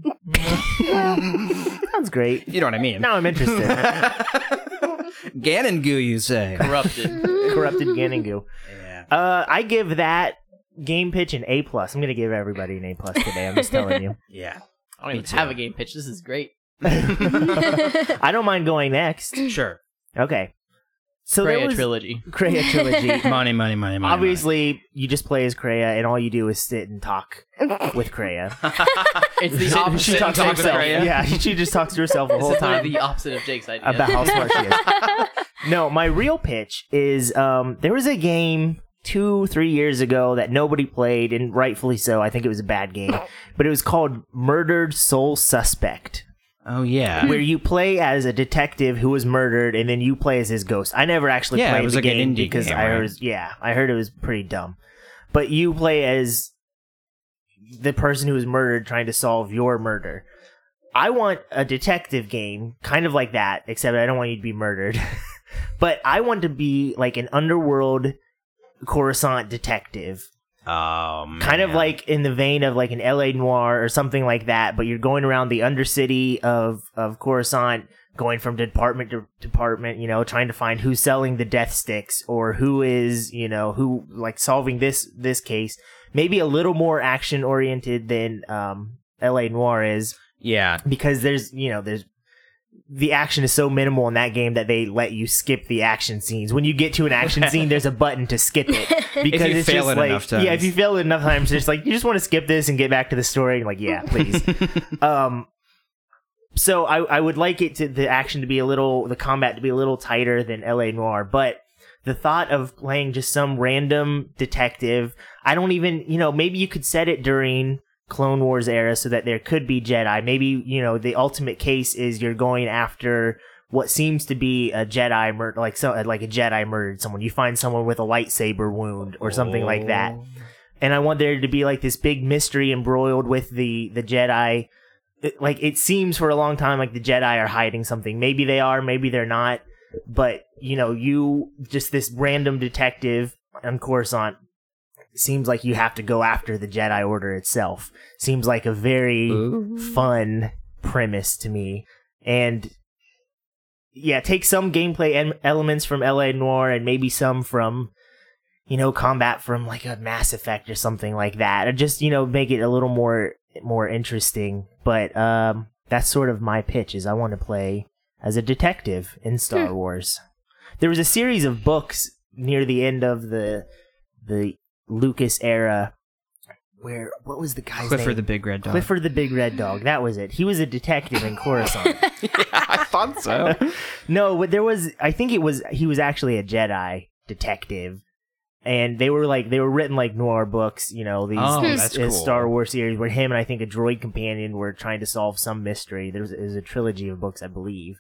Speaker 4: Sounds great.
Speaker 5: You know what I mean?
Speaker 4: Now I'm interested.
Speaker 5: Ganon goo, you say?
Speaker 2: Corrupted.
Speaker 4: Corrupted Ganon goo.
Speaker 5: Yeah.
Speaker 4: Uh, I give that game pitch an A plus. I'm gonna give everybody an A plus today. I'm just telling you.
Speaker 5: Yeah.
Speaker 2: I don't even
Speaker 5: too.
Speaker 2: have a game pitch. This is great.
Speaker 4: I don't mind going next.
Speaker 5: Sure.
Speaker 4: Okay. So
Speaker 2: Great
Speaker 4: there was
Speaker 2: trilogy.
Speaker 4: Kreia trilogy.
Speaker 5: Money, money, money, money. money.
Speaker 4: Obviously, you just play as Kreia, and all you do is sit and talk with Kreia.
Speaker 2: It's the
Speaker 5: She- she
Speaker 2: opposite. of
Speaker 5: talks
Speaker 2: Jake's
Speaker 5: to
Speaker 2: idea.
Speaker 5: Freya.
Speaker 4: Yeah, she just talks to herself the
Speaker 2: It's
Speaker 4: whole
Speaker 2: literally
Speaker 4: time.
Speaker 2: the opposite of Jake's idea.
Speaker 4: about how smart she is. No, my real pitch is um, there was a game two, three years ago that nobody played, and rightfully so. I think it was a bad game, but it was called Murdered Soul Suspect,
Speaker 5: Oh yeah.
Speaker 4: where you play as a detective who was murdered, and then you play as his ghost. I never actually
Speaker 5: Yeah, it
Speaker 4: played
Speaker 5: was
Speaker 4: the
Speaker 5: like an
Speaker 4: game
Speaker 5: indie
Speaker 4: because
Speaker 5: game,
Speaker 4: I
Speaker 5: right?
Speaker 4: heard, yeah, I heard it was pretty dumb, but you play as the person who was murdered trying to solve your murder. I want a detective game, kind of like that, except I don't want you to be murdered. but I want to be like an underworld Coruscant detective,
Speaker 5: Um.
Speaker 4: kind of like in the vein of like an LA Noir or something like that. But you're going around the undercity of of Coruscant, going from department to department, you know, trying to find who's selling the death sticks or who is, you know, who like solving this this case. Maybe a little more action oriented than um, LA Noir is
Speaker 5: Yeah.
Speaker 4: because there's you know there's the action is so minimal in that game that they let you skip the action scenes. When you get to an action scene, there's a button to skip it because
Speaker 5: you
Speaker 4: it's
Speaker 5: fail
Speaker 4: just
Speaker 5: it
Speaker 4: like
Speaker 5: enough
Speaker 4: yeah, if
Speaker 5: times.
Speaker 4: you fail it enough times, it's like you just want to skip this and get back to the story. like yeah, please. um, so I I would like it to the action to be a little the combat to be a little tighter than L.A. Noir, but the thought of playing just some random detective i don't even you know maybe you could set it during clone wars era so that there could be jedi maybe you know the ultimate case is you're going after what seems to be a jedi murder like so like a jedi murdered someone you find someone with a lightsaber wound or something like that and i want there to be like this big mystery embroiled with the the jedi It- like it seems for a long time like the jedi are hiding something maybe they are maybe they're not but you know, you just this random detective on Coruscant seems like you have to go after the Jedi Order itself. Seems like a very
Speaker 6: Mm-hmm.
Speaker 4: fun premise to me, and yeah, take some gameplay em- elements from LA Noir and maybe some from you know combat from like a Mass Effect or something like that, or just you know make it a little more more interesting. But um, that's sort of my pitch is I want to play as a detective in Star Wars. There was a series of books near the end of the the Lucas era where what was the guy's
Speaker 5: Clifford the
Speaker 4: name?
Speaker 5: Big Red Dog.
Speaker 4: Clifford the Big Red Dog. That was it. He was a detective in Coruscant.
Speaker 5: I thought so.
Speaker 4: No, but there was. I think it was. He was actually a Jedi detective, and they were like they were written like noir books. You know, these,
Speaker 5: Oh,
Speaker 4: these-
Speaker 5: that's
Speaker 4: this
Speaker 5: cool.
Speaker 4: Star Wars series where him and I think a droid companion were trying to solve some mystery. There was, it was a trilogy of books, I believe.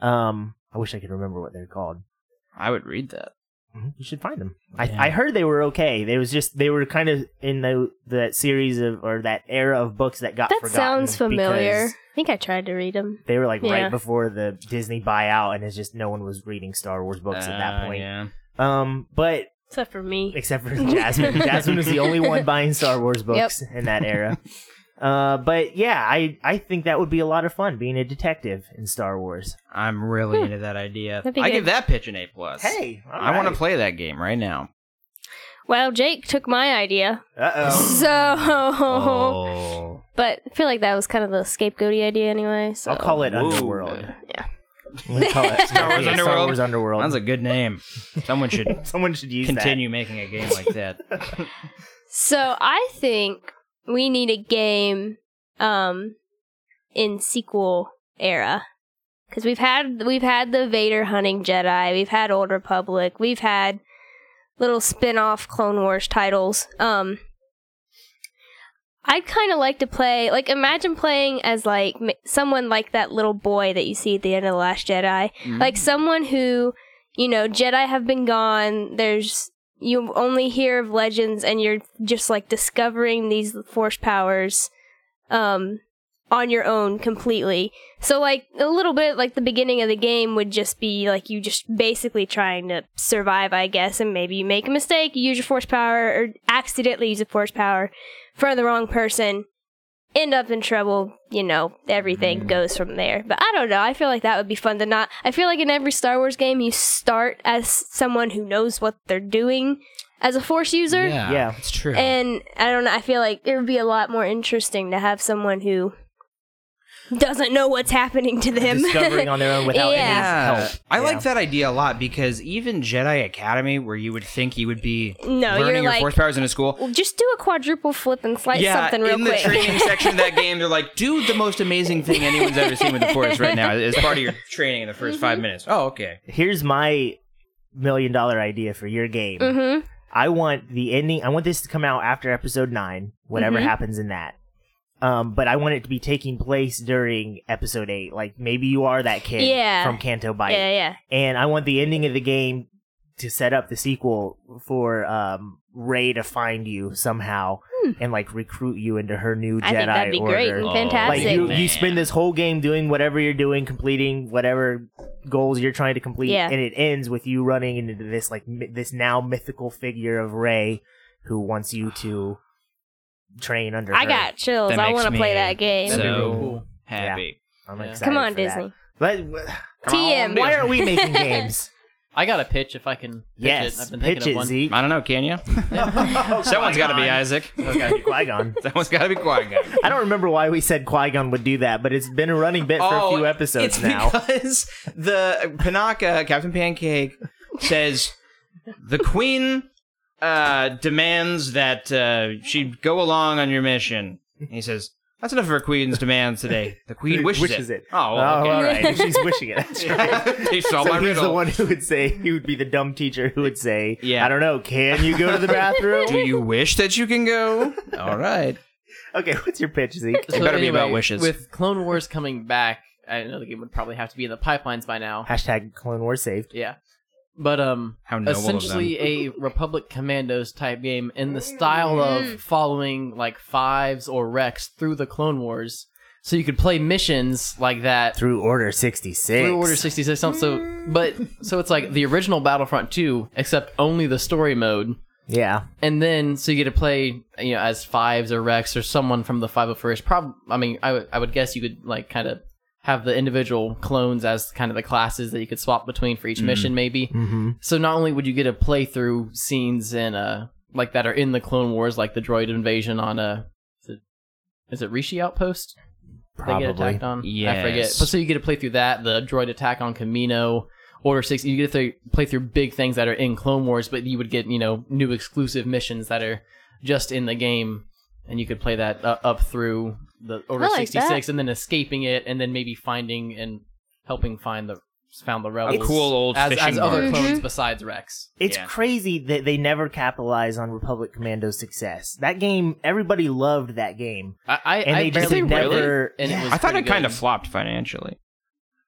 Speaker 4: Um, I wish I could remember what they're called.
Speaker 5: I would read that.
Speaker 4: Mhm, You should find them.
Speaker 5: Yeah.
Speaker 4: I, I heard they were okay. They was just they were kind of in the that series of or that era of books that got
Speaker 6: that
Speaker 4: forgotten
Speaker 6: sounds familiar.
Speaker 4: because-
Speaker 6: I think I tried to read them.
Speaker 4: they were like
Speaker 6: Yeah.
Speaker 4: right before the Disney buyout, and it's just no one was reading Star Wars books at that
Speaker 5: Uh,
Speaker 4: point.
Speaker 5: Yeah.
Speaker 4: Um, but
Speaker 6: Except for me.
Speaker 4: except for Jasmine, Jasmine was the only one buying Star Wars books in that era. Uh, but yeah, I I think that would be a lot of fun being a detective in Star Wars.
Speaker 5: I'm really
Speaker 4: Hmm.
Speaker 5: into that idea.
Speaker 6: That'd be
Speaker 5: I
Speaker 6: good.
Speaker 5: give that pitch an A plus. I want to play that game right now.
Speaker 6: Well, Jake took my idea.
Speaker 4: Uh oh.
Speaker 6: So,
Speaker 5: Oh.
Speaker 6: but I feel like that was kind of the scapegoaty idea anyway. So
Speaker 4: I'll call it
Speaker 5: Whoa.
Speaker 4: Underworld.
Speaker 6: Yeah.
Speaker 4: I'm gonna call it
Speaker 5: Star Wars
Speaker 4: yeah, Star
Speaker 5: Underworld?
Speaker 4: Wars Underworld.
Speaker 5: That's a good name. Someone should
Speaker 4: Someone should use
Speaker 5: continue making a game like that.
Speaker 6: So I think we need a game um in sequel era. because we've had we've had the Vader hunting Jedi, we've had Old Republic, we've had little spin-off Clone Wars titles. Um, I'd kind of like to play like imagine playing as like m- someone like that little boy that you see at the end of the Last Jedi, like someone who you know Jedi have been gone. There's you only hear of legends, and you're just like discovering these Force powers. Um, on your own completely. So like a little bit like the beginning of the game would just be like you just basically trying to survive, I guess, and maybe you make a mistake, you use your force power or accidentally use a force power for the wrong person, end up in trouble, you know, everything goes from there. But I don't know, I feel like that would be fun to not I feel like in every Star Wars game you start as someone who knows what they're doing as a force user.
Speaker 4: Yeah.
Speaker 5: it's true.
Speaker 6: And I don't know, I feel like it would be a lot more interesting to have someone who doesn't know what's happening to them.
Speaker 4: discovering on their own without
Speaker 6: Yeah.
Speaker 4: any help.
Speaker 5: I
Speaker 4: Yeah.
Speaker 5: like that idea a lot because even Jedi Academy, where you would think you would be
Speaker 6: No,
Speaker 5: learning
Speaker 6: you're
Speaker 5: your
Speaker 6: like-
Speaker 5: force powers in a school,
Speaker 6: Well, Just do a quadruple flip and slice something real
Speaker 5: in
Speaker 6: quick.
Speaker 5: the training section of that game, they're like, "Do the most amazing thing anyone's ever seen with the Force right now." As part of your training in the 1st
Speaker 6: Mm-hmm.
Speaker 5: five minutes. Oh, okay.
Speaker 4: Here's my million dollar idea for your game.
Speaker 6: mm-hmm.
Speaker 4: I want the ending. I want this to come out after episode nine, whatever
Speaker 6: Mm-hmm.
Speaker 4: happens in that. Um, but I want it to be taking place during episode eight. Like maybe you are that kid
Speaker 6: Yeah.
Speaker 4: from Canto Bite,
Speaker 6: Yeah, yeah.
Speaker 4: and I want the ending of the game to set up the sequel for um, Ray to find you somehow and like recruit you into her new
Speaker 6: Hmm. I
Speaker 4: Jedi
Speaker 6: think that'd be
Speaker 4: order.
Speaker 6: great and
Speaker 2: Oh,
Speaker 4: like
Speaker 6: fantastic.
Speaker 4: you,
Speaker 2: man.
Speaker 4: you spend this whole game doing whatever you're doing completing whatever goals you're trying to complete
Speaker 6: Yeah.
Speaker 4: and it ends with you running into this like mi- this now mythical figure of ray who wants you to train under
Speaker 6: I
Speaker 4: her.
Speaker 6: got chills.
Speaker 5: That
Speaker 6: I
Speaker 5: makes
Speaker 6: want to play
Speaker 5: me
Speaker 6: that game.
Speaker 5: so
Speaker 2: cool.
Speaker 5: happy.
Speaker 4: i'm
Speaker 2: Yeah.
Speaker 4: excited
Speaker 6: Come on,
Speaker 4: for that.
Speaker 6: Disney.
Speaker 4: Let-
Speaker 6: TM.
Speaker 4: why are we making games
Speaker 2: I got a pitch if I can. Pitch it.
Speaker 4: yes
Speaker 2: I've been thinking
Speaker 4: pitch
Speaker 2: of
Speaker 4: it
Speaker 2: one.
Speaker 4: zeke
Speaker 5: I don't know. Can you? Someone's got to be Isaac.
Speaker 4: okay qui-gon
Speaker 5: Someone's got to be Qui Gon.
Speaker 4: i don't remember why we said qui-gon would do that but it's been a running bit for a few episodes
Speaker 5: Oh, it's
Speaker 4: now
Speaker 5: because the Panaka Captain Pancake says the Queen uh, demands that uh, she go along on your mission. And he says. That's enough of her queen's demands today. The queen wishes,
Speaker 4: it.
Speaker 5: Oh, well, okay.
Speaker 4: all right. She's wishing it. That's right.
Speaker 5: they saw
Speaker 4: So
Speaker 5: my
Speaker 4: he's
Speaker 5: riddle.
Speaker 4: the one who would say he would be the dumb teacher who would say,
Speaker 5: Yeah.
Speaker 4: "I don't know, can you go to the bathroom?"
Speaker 5: Do you wish that you can go? All right.
Speaker 4: okay, what's your pitch, Zeke?
Speaker 5: It better be about wishes.
Speaker 2: With Clone Wars coming back, I know the game would probably have to be in the pipelines by now.
Speaker 4: Hashtag Clone War saved.
Speaker 2: Yeah. But um
Speaker 5: How noble of them.
Speaker 2: essentially a Republic Commandos type game in the style of following like fives or Rex through the Clone Wars. So you could play missions like that
Speaker 4: Through Order sixty six.
Speaker 2: through Order 66 something so but so it's like the original Battlefront 2 except only the story mode
Speaker 4: Yeah,
Speaker 2: and then so you get to play you know as fives or rex or someone from the 501st prob i mean I would- I would guess you could like kind of have the individual clones as kind of the classes that you could swap between for each mission maybe mm-hmm. so not only would you get to play through scenes in uh like that are in the clone wars like the droid invasion on a is it, is it rishi outpost they get
Speaker 4: probably.
Speaker 2: attacked on i forget
Speaker 5: Yes.
Speaker 2: but so you get to play through that the droid attack on camino Order six, you get to play through big things that are in Clone Wars, but you would get you know new exclusive missions that are just in the game, and you could play that uh, up through the Order
Speaker 6: I like
Speaker 2: sixty six, and then escaping it, and then maybe finding and helping find the found the rebels.
Speaker 5: cool old
Speaker 2: as, as
Speaker 5: fishing
Speaker 2: other
Speaker 5: barge.
Speaker 6: Mm-hmm.
Speaker 2: clones besides Rex.
Speaker 4: It's
Speaker 5: Yeah.
Speaker 4: crazy that they never capitalize on Republic Commando's success. That game, everybody loved that game.
Speaker 2: I, I,
Speaker 4: And
Speaker 2: I
Speaker 4: they just
Speaker 2: barely
Speaker 4: never-
Speaker 2: played it, and it
Speaker 4: Yeah.
Speaker 2: was
Speaker 5: I thought it
Speaker 2: pretty
Speaker 5: kind
Speaker 2: good.
Speaker 5: of flopped financially.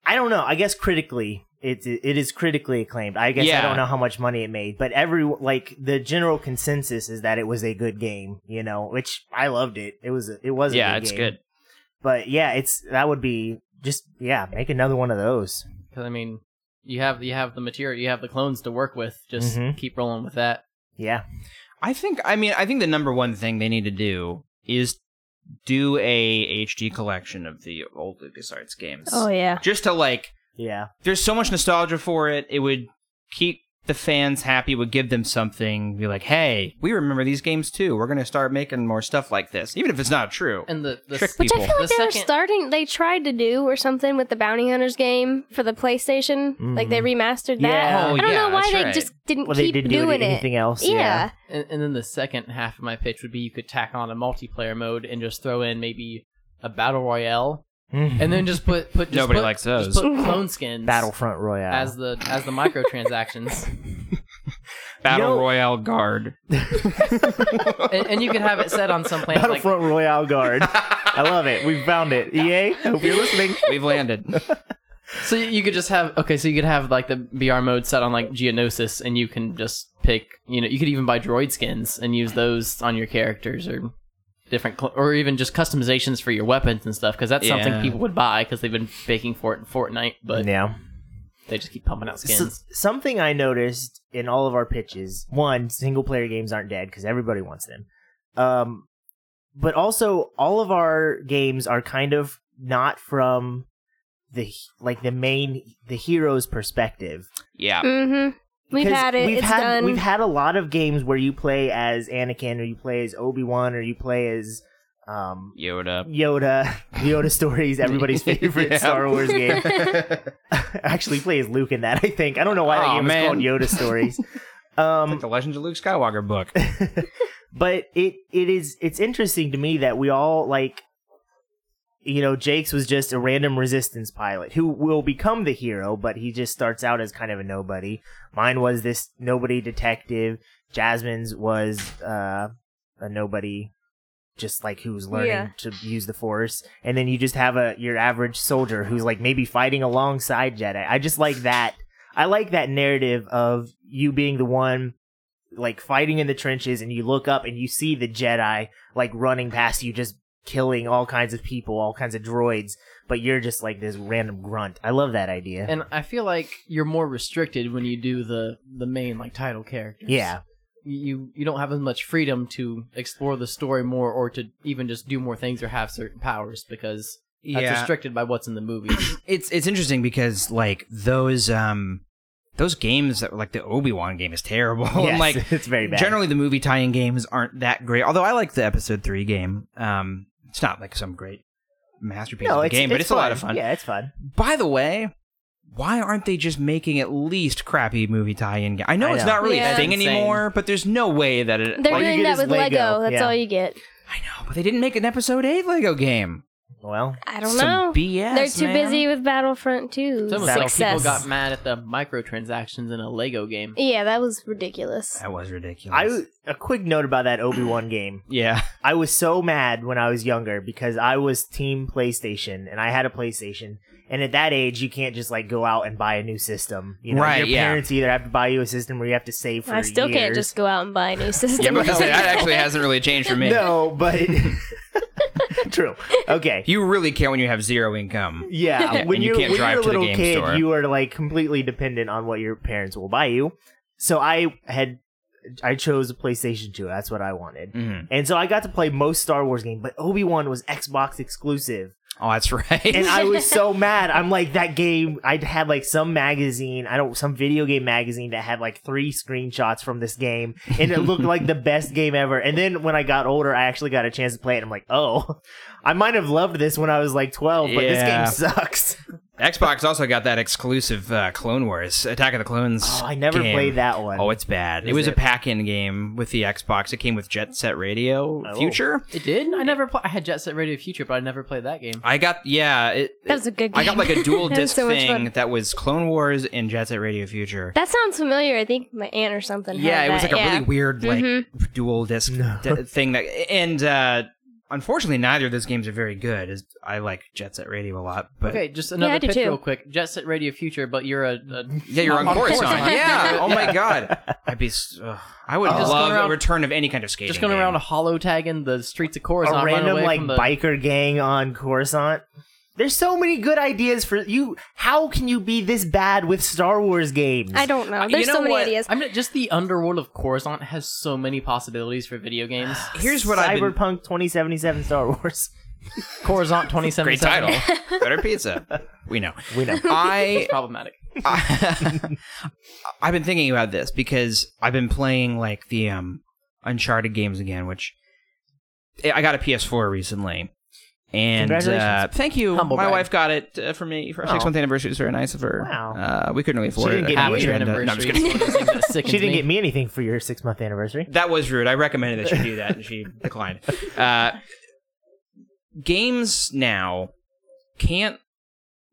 Speaker 4: I don't know. I guess critically, it it is critically acclaimed. I guess I
Speaker 5: Yeah.
Speaker 4: don't know how much money it made, but every like the general consensus is that it was a good game. You know, which I loved it. It was a- it was a
Speaker 5: yeah,
Speaker 4: good
Speaker 5: it's
Speaker 4: game.
Speaker 5: good.
Speaker 4: But yeah, it's that would be just yeah, make another one of those.
Speaker 2: 'Cause, I mean, you have you have the material, you have the clones to work with. Just
Speaker 4: Mhm.
Speaker 2: keep rolling with that.
Speaker 4: Yeah,
Speaker 5: I think. I mean, I think the number one thing they need to do is do a HD collection of the old LucasArts games.
Speaker 6: Oh yeah.
Speaker 5: Just to like,
Speaker 4: yeah.
Speaker 5: there's so much nostalgia for it. It would keep the fans happy. Would give them something. Be like, hey, we remember these games too. We're gonna start making more stuff like this, even if it's not true.
Speaker 2: And the, the
Speaker 5: Trick
Speaker 6: Which I
Speaker 5: people.
Speaker 6: feel like
Speaker 2: The
Speaker 6: they were
Speaker 2: second-
Speaker 6: starting. They tried to do or something with the Bounty Hunters game for the PlayStation. Like they remastered that.
Speaker 4: Mm-hmm. Yeah.
Speaker 5: Oh,
Speaker 6: I don't
Speaker 5: yeah,
Speaker 6: know why
Speaker 5: that's
Speaker 6: they
Speaker 5: right.
Speaker 6: just didn't
Speaker 4: Well, they
Speaker 6: keep
Speaker 4: didn't do
Speaker 6: doing
Speaker 4: it, anything else.
Speaker 6: Yeah.
Speaker 2: And, and then the second half of my pitch would be you could tack on a multiplayer mode and just throw in maybe a battle royale and then just put put just
Speaker 5: Nobody
Speaker 2: put-
Speaker 5: likes
Speaker 2: just
Speaker 5: those.
Speaker 2: put clone skins
Speaker 4: Battlefront Royale.
Speaker 2: as the as the microtransactions,
Speaker 5: Battle
Speaker 4: You know-
Speaker 5: Royale Guard.
Speaker 2: and, and you can have it set on some planet like
Speaker 4: Battlefront Royale Guard. I love it. We found it. EA, hope you're listening.
Speaker 5: We've landed.
Speaker 2: So you could just have okay, so you could have like the BR mode set on like Geonosis, and you can just pick. You know, you could even buy droid skins and use those on your characters or different, cl- or even just customizations for your weapons and stuff. Because that's something
Speaker 5: Yeah.
Speaker 2: people would buy because they've been baking for it in Fortnite, but
Speaker 4: Yeah.
Speaker 2: they just keep pumping out
Speaker 4: So,
Speaker 2: skins.
Speaker 4: something I noticed in all of our pitches: one, single player games aren't dead because everybody wants them. Um, but also, all of our games are kind of not from the like the main the hero's perspective.
Speaker 5: Yeah.
Speaker 6: Mm-hmm. We've
Speaker 4: Because
Speaker 6: had it.
Speaker 4: We've
Speaker 6: it's
Speaker 4: had
Speaker 6: done.
Speaker 4: we've had a lot of games where you play as Anakin, or you play as Obi Wan, or you play as um,
Speaker 5: Yoda.
Speaker 4: Yoda. Yoda stories, everybody's favorite
Speaker 5: Yeah.
Speaker 4: Star Wars game. I actually play as Luke in that. I think I don't know why that
Speaker 5: Aw,
Speaker 4: game
Speaker 5: man.
Speaker 4: was called Yoda Stories. Um,
Speaker 5: Like the Legend of Luke Skywalker book.
Speaker 4: but it it is it's interesting to me that we all like you know Jake's was just a random resistance pilot who will become the hero but he just starts out as kind of a nobody mine was this nobody detective Jasmine's was uh a nobody just like who's learning
Speaker 6: Yeah.
Speaker 4: to use the force and then you just have a your average soldier who's like maybe fighting alongside Jedi I just like that I like that narrative of you being the one like fighting in the trenches and you look up and you see the Jedi like running past you just killing all kinds of people, all kinds of droids, but you're just like this random grunt. I love that idea.
Speaker 2: And I feel like you're more restricted when you do the the main like title characters.
Speaker 4: yeah.
Speaker 2: you you don't have as much freedom to explore the story more, or to even just do more things or have certain powers because that's restricted by what's in the movies.
Speaker 5: it's it's interesting because like those um those games that like the Obi Wan game is terrible.
Speaker 4: Yes,
Speaker 5: and like
Speaker 4: it's very bad.
Speaker 5: generally the movie tie-in games aren't that great. Although I like the Episode Three game. Um, it's not like some great masterpiece of the game, but it's a lot of fun.
Speaker 4: Yeah, it's fun.
Speaker 5: By the way. Why aren't they just making at least crappy movie tie-in games? I know
Speaker 4: I
Speaker 5: it's
Speaker 4: know.
Speaker 5: not really
Speaker 6: Yeah.
Speaker 5: a thing
Speaker 2: Insane.
Speaker 5: anymore, but there's no way that it.
Speaker 6: They're
Speaker 4: all you
Speaker 6: doing
Speaker 4: get
Speaker 6: that
Speaker 4: is
Speaker 6: with Lego.
Speaker 4: Lego,
Speaker 6: That's
Speaker 4: yeah.
Speaker 6: all you get.
Speaker 5: I know, but they didn't make an episode eight Lego game.
Speaker 4: Well,
Speaker 6: I don't
Speaker 5: Some
Speaker 6: know.
Speaker 5: BS,
Speaker 6: They're too
Speaker 5: man.
Speaker 6: busy with Battlefront 2.
Speaker 2: It's almost like people
Speaker 6: success.
Speaker 2: got mad at the microtransactions in a Lego game.
Speaker 6: yeah, that was ridiculous.
Speaker 5: That was ridiculous.
Speaker 4: I a quick note about that Obi-Wan game.
Speaker 5: yeah.
Speaker 4: I was so mad when I was younger because I was team PlayStation and I had a PlayStation. And at that age, you can't just like go out and buy a new system. You know,
Speaker 5: Right,
Speaker 4: Your
Speaker 5: yeah.
Speaker 4: parents either have to buy you a system or you have to save for
Speaker 6: I still can't
Speaker 4: years.
Speaker 6: just go out and buy a new system.
Speaker 5: Yeah, but that actually hasn't really changed for me.
Speaker 4: No, but true. Okay.
Speaker 5: You really can't when you have zero income.
Speaker 4: Yeah, when
Speaker 5: and you
Speaker 4: you're,
Speaker 5: can't
Speaker 4: when
Speaker 5: drive
Speaker 4: you're a
Speaker 5: to the
Speaker 4: little
Speaker 5: game
Speaker 4: kid,
Speaker 5: store.
Speaker 4: you are like completely dependent on what your parents will buy you. So I had, I chose a PlayStation 2. That's what I wanted,
Speaker 5: Mhm.
Speaker 4: and so I got to play most Star Wars games. But Obi Wan was Xbox exclusive,
Speaker 5: Oh, that's
Speaker 4: and
Speaker 5: right.
Speaker 4: I was so mad. I'm like that game. I had like some magazine, I don't some video game magazine that had like three screenshots from this game, and it looked like the best game ever. And then when I got older, I actually got a chance to play it. And I'm like, oh, I might have loved this when I was like 12, but
Speaker 5: Yeah.
Speaker 4: this game sucks.
Speaker 5: Xbox also got that exclusive uh, Clone Wars Attack of the Clones.
Speaker 4: Oh, I never
Speaker 5: game.
Speaker 4: played that one.
Speaker 5: Oh, it's bad.
Speaker 4: Is
Speaker 5: it was a
Speaker 4: it?
Speaker 5: pack-in game with the Xbox. It came with Jet Set Radio
Speaker 4: Oh.
Speaker 5: Future.
Speaker 2: It did. I never. Pl- I had Jet Set Radio Future, but I never played that game.
Speaker 5: I got yeah. It,
Speaker 6: That was a good
Speaker 5: I
Speaker 6: game.
Speaker 5: got like a dual
Speaker 6: That was
Speaker 5: disc
Speaker 6: so much
Speaker 5: thing
Speaker 6: fun.
Speaker 5: that was Clone Wars and Jet Set Radio Future.
Speaker 6: That sounds familiar. I think my aunt or something.
Speaker 5: yeah,
Speaker 6: had
Speaker 5: it was
Speaker 6: that,
Speaker 5: like a
Speaker 6: yeah.
Speaker 5: really weird like
Speaker 6: Mhm.
Speaker 5: dual disc
Speaker 4: No.
Speaker 5: d- thing that, and uh, unfortunately, neither of those games are very good. Is I like Jet Set Radio a lot, but
Speaker 2: Okay, just another
Speaker 6: I do
Speaker 2: pitch
Speaker 6: too.
Speaker 2: real quick. Jet Set Radio Future, but you're a, a
Speaker 5: Yeah, you're on,
Speaker 2: On
Speaker 5: Coruscant.
Speaker 2: Coruscant.
Speaker 5: Yeah. Oh my god. I'd be. s- ugh. I would
Speaker 2: I'm just
Speaker 5: love
Speaker 2: going around-
Speaker 5: a return of any kind of skating.
Speaker 2: just going
Speaker 5: game.
Speaker 2: around hollow tagging the streets of
Speaker 4: a
Speaker 2: Coruscant. running
Speaker 4: random
Speaker 2: away
Speaker 4: like
Speaker 2: from the-
Speaker 4: biker gang on Coruscant. There's so many good ideas for you. How can you be this bad with Star Wars games?
Speaker 6: I don't know.
Speaker 5: Uh, you
Speaker 6: There's
Speaker 5: know
Speaker 6: so many
Speaker 5: what?
Speaker 6: ideas.
Speaker 2: I mean, just the underworld of Coruscant has so many possibilities for video games.
Speaker 5: Here's what I've been.
Speaker 4: Cyberpunk 2077 Star Wars.
Speaker 2: Coruscant 2077.
Speaker 5: Great title. Better pizza. We know.
Speaker 4: We know.
Speaker 5: I,
Speaker 2: Problematic.
Speaker 5: I I've been thinking about this because I've been playing like the um Uncharted games again, which eh, I got a PS4 recently. And uh,
Speaker 4: Congratulations.
Speaker 5: thank you.
Speaker 2: Humble
Speaker 5: My
Speaker 2: brag.
Speaker 5: wife got it uh, for me for our
Speaker 4: Oh.
Speaker 5: six month anniversary. It was very nice of her.
Speaker 4: Wow.
Speaker 5: Uh, we couldn't really afford
Speaker 4: didn't
Speaker 5: it.
Speaker 4: get
Speaker 5: Half
Speaker 4: you
Speaker 5: of it
Speaker 2: Happy
Speaker 5: ended up-
Speaker 2: anniversary.
Speaker 5: No, I'm just kidding.
Speaker 2: is one of the things that sickens
Speaker 4: She didn't
Speaker 2: me.
Speaker 4: get me anything for your six month anniversary.
Speaker 5: That was rude. I recommended that she do that, and she declined. Uh, games now can't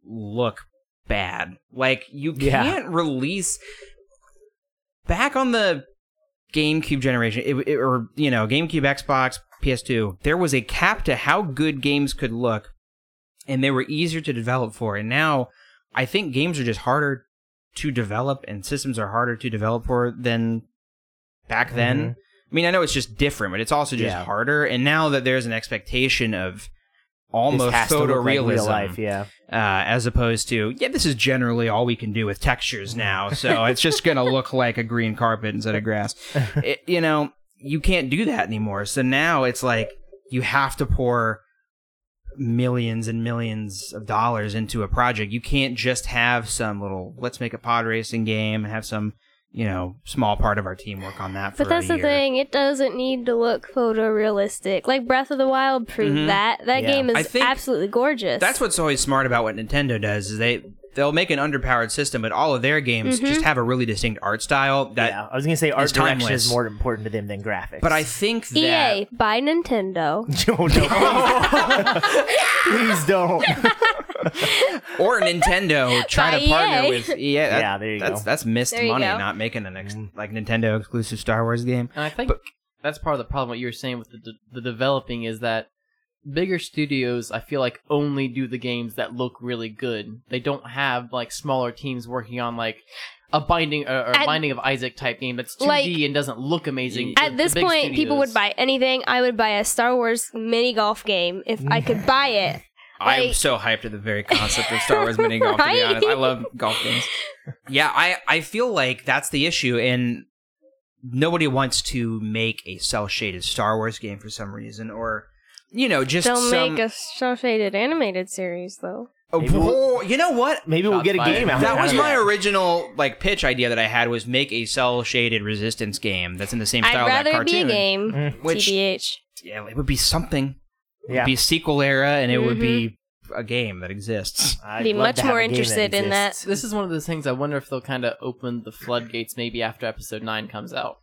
Speaker 5: look bad. Like you
Speaker 4: Yeah.
Speaker 5: can't release back on the GameCube generation it, it- or you know, GameCube, Xbox, PS2, there was a cap to how good games could look and they were easier to develop for. And now I think games are just harder to develop and systems are harder to develop for than back then. I mean, I know it's just different, but it's also just
Speaker 4: Mm-hmm. Yeah.
Speaker 5: harder. And now that there's an expectation of
Speaker 4: This
Speaker 5: almost
Speaker 4: has to look like
Speaker 5: photorealism,
Speaker 4: real life, yeah.
Speaker 5: uh, as opposed to yeah, this is generally all we can do with textures now, so it's just gonna look like a green carpet instead of grass. It- you know, you can't do that anymore. So now it's like you have to pour millions and millions of dollars into a project. You can't just have some little let's make a pod racing game and have some you know small part of our team work on that.
Speaker 6: But
Speaker 5: for
Speaker 6: that's
Speaker 5: a
Speaker 6: the
Speaker 5: year.
Speaker 6: thing; it doesn't need to look photorealistic. Like Breath of the Wild proved
Speaker 5: Mhm.
Speaker 6: that. That
Speaker 4: Yeah.
Speaker 6: game
Speaker 5: I
Speaker 6: is
Speaker 5: think
Speaker 6: absolutely gorgeous.
Speaker 5: That's what's always smart about what Nintendo does is they they'll make an underpowered system, but all of their games
Speaker 6: Mhm.
Speaker 5: just have a really distinct art style that.
Speaker 4: yeah. I was gonna say art
Speaker 5: is
Speaker 4: direction
Speaker 5: timeless.
Speaker 4: is more important to them than graphics.
Speaker 5: But I think
Speaker 6: EA
Speaker 5: that
Speaker 6: E by Nintendo.
Speaker 4: oh, no. please don't.
Speaker 5: or Nintendo try
Speaker 6: By
Speaker 5: to partner
Speaker 6: EA.
Speaker 5: with yeah, that-
Speaker 4: Yeah, there you
Speaker 5: that's
Speaker 4: go. Mm-hmm.
Speaker 5: that's missed
Speaker 6: E There you
Speaker 5: money
Speaker 6: go.
Speaker 5: not making an ex- like Nintendo exclusive Star Wars game.
Speaker 2: And I think
Speaker 5: But-
Speaker 2: that's part of the problem. What you were saying with the, de- the developing is that bigger studios, I feel like, only do the games that look really good. They don't have like smaller teams working on like a binding or, or
Speaker 6: At-
Speaker 2: binding of Isaac type game that's 2D
Speaker 6: Like-
Speaker 2: and doesn't look amazing.
Speaker 6: At
Speaker 2: The
Speaker 6: this
Speaker 2: big
Speaker 6: point, people would
Speaker 2: studios-
Speaker 6: buy anything. I would buy a Star Wars mini golf game if I
Speaker 5: Mm.
Speaker 6: could buy it.
Speaker 5: I'm
Speaker 6: Like-
Speaker 5: so hyped at the very concept of Star Wars mini golf. To be
Speaker 6: Right?
Speaker 5: honest, I love golf games. Yeah, I I feel like that's the issue, and nobody wants to make a cell shaded Star Wars game for some reason, or you know, just
Speaker 6: They'll
Speaker 5: some.
Speaker 6: make a cel shaded animated series though.
Speaker 5: Oh,
Speaker 4: Maybe we'll-
Speaker 5: oh, you know what?
Speaker 4: Maybe we'll
Speaker 2: Shots
Speaker 4: get a
Speaker 2: fired.
Speaker 4: game out.
Speaker 5: That
Speaker 4: out
Speaker 5: was
Speaker 4: of
Speaker 5: my original like pitch idea that I had was make a cell shaded resistance game that's in the same style
Speaker 6: I'd
Speaker 5: of that
Speaker 6: rather it
Speaker 5: cartoon.
Speaker 6: be a game.
Speaker 4: Mm,
Speaker 5: Which
Speaker 6: TBH.
Speaker 5: yeah, it would be something. It
Speaker 4: Yeah.
Speaker 5: would be sequel era, and it would be
Speaker 6: Mm-hmm.
Speaker 5: a game that exists.
Speaker 4: I'd
Speaker 6: be
Speaker 4: love
Speaker 6: much
Speaker 4: to have
Speaker 6: more
Speaker 4: a game that
Speaker 6: interested in that.
Speaker 4: exists.
Speaker 2: This is one of those things I wonder if they'll kind of open the floodgates maybe after episode 9 comes out.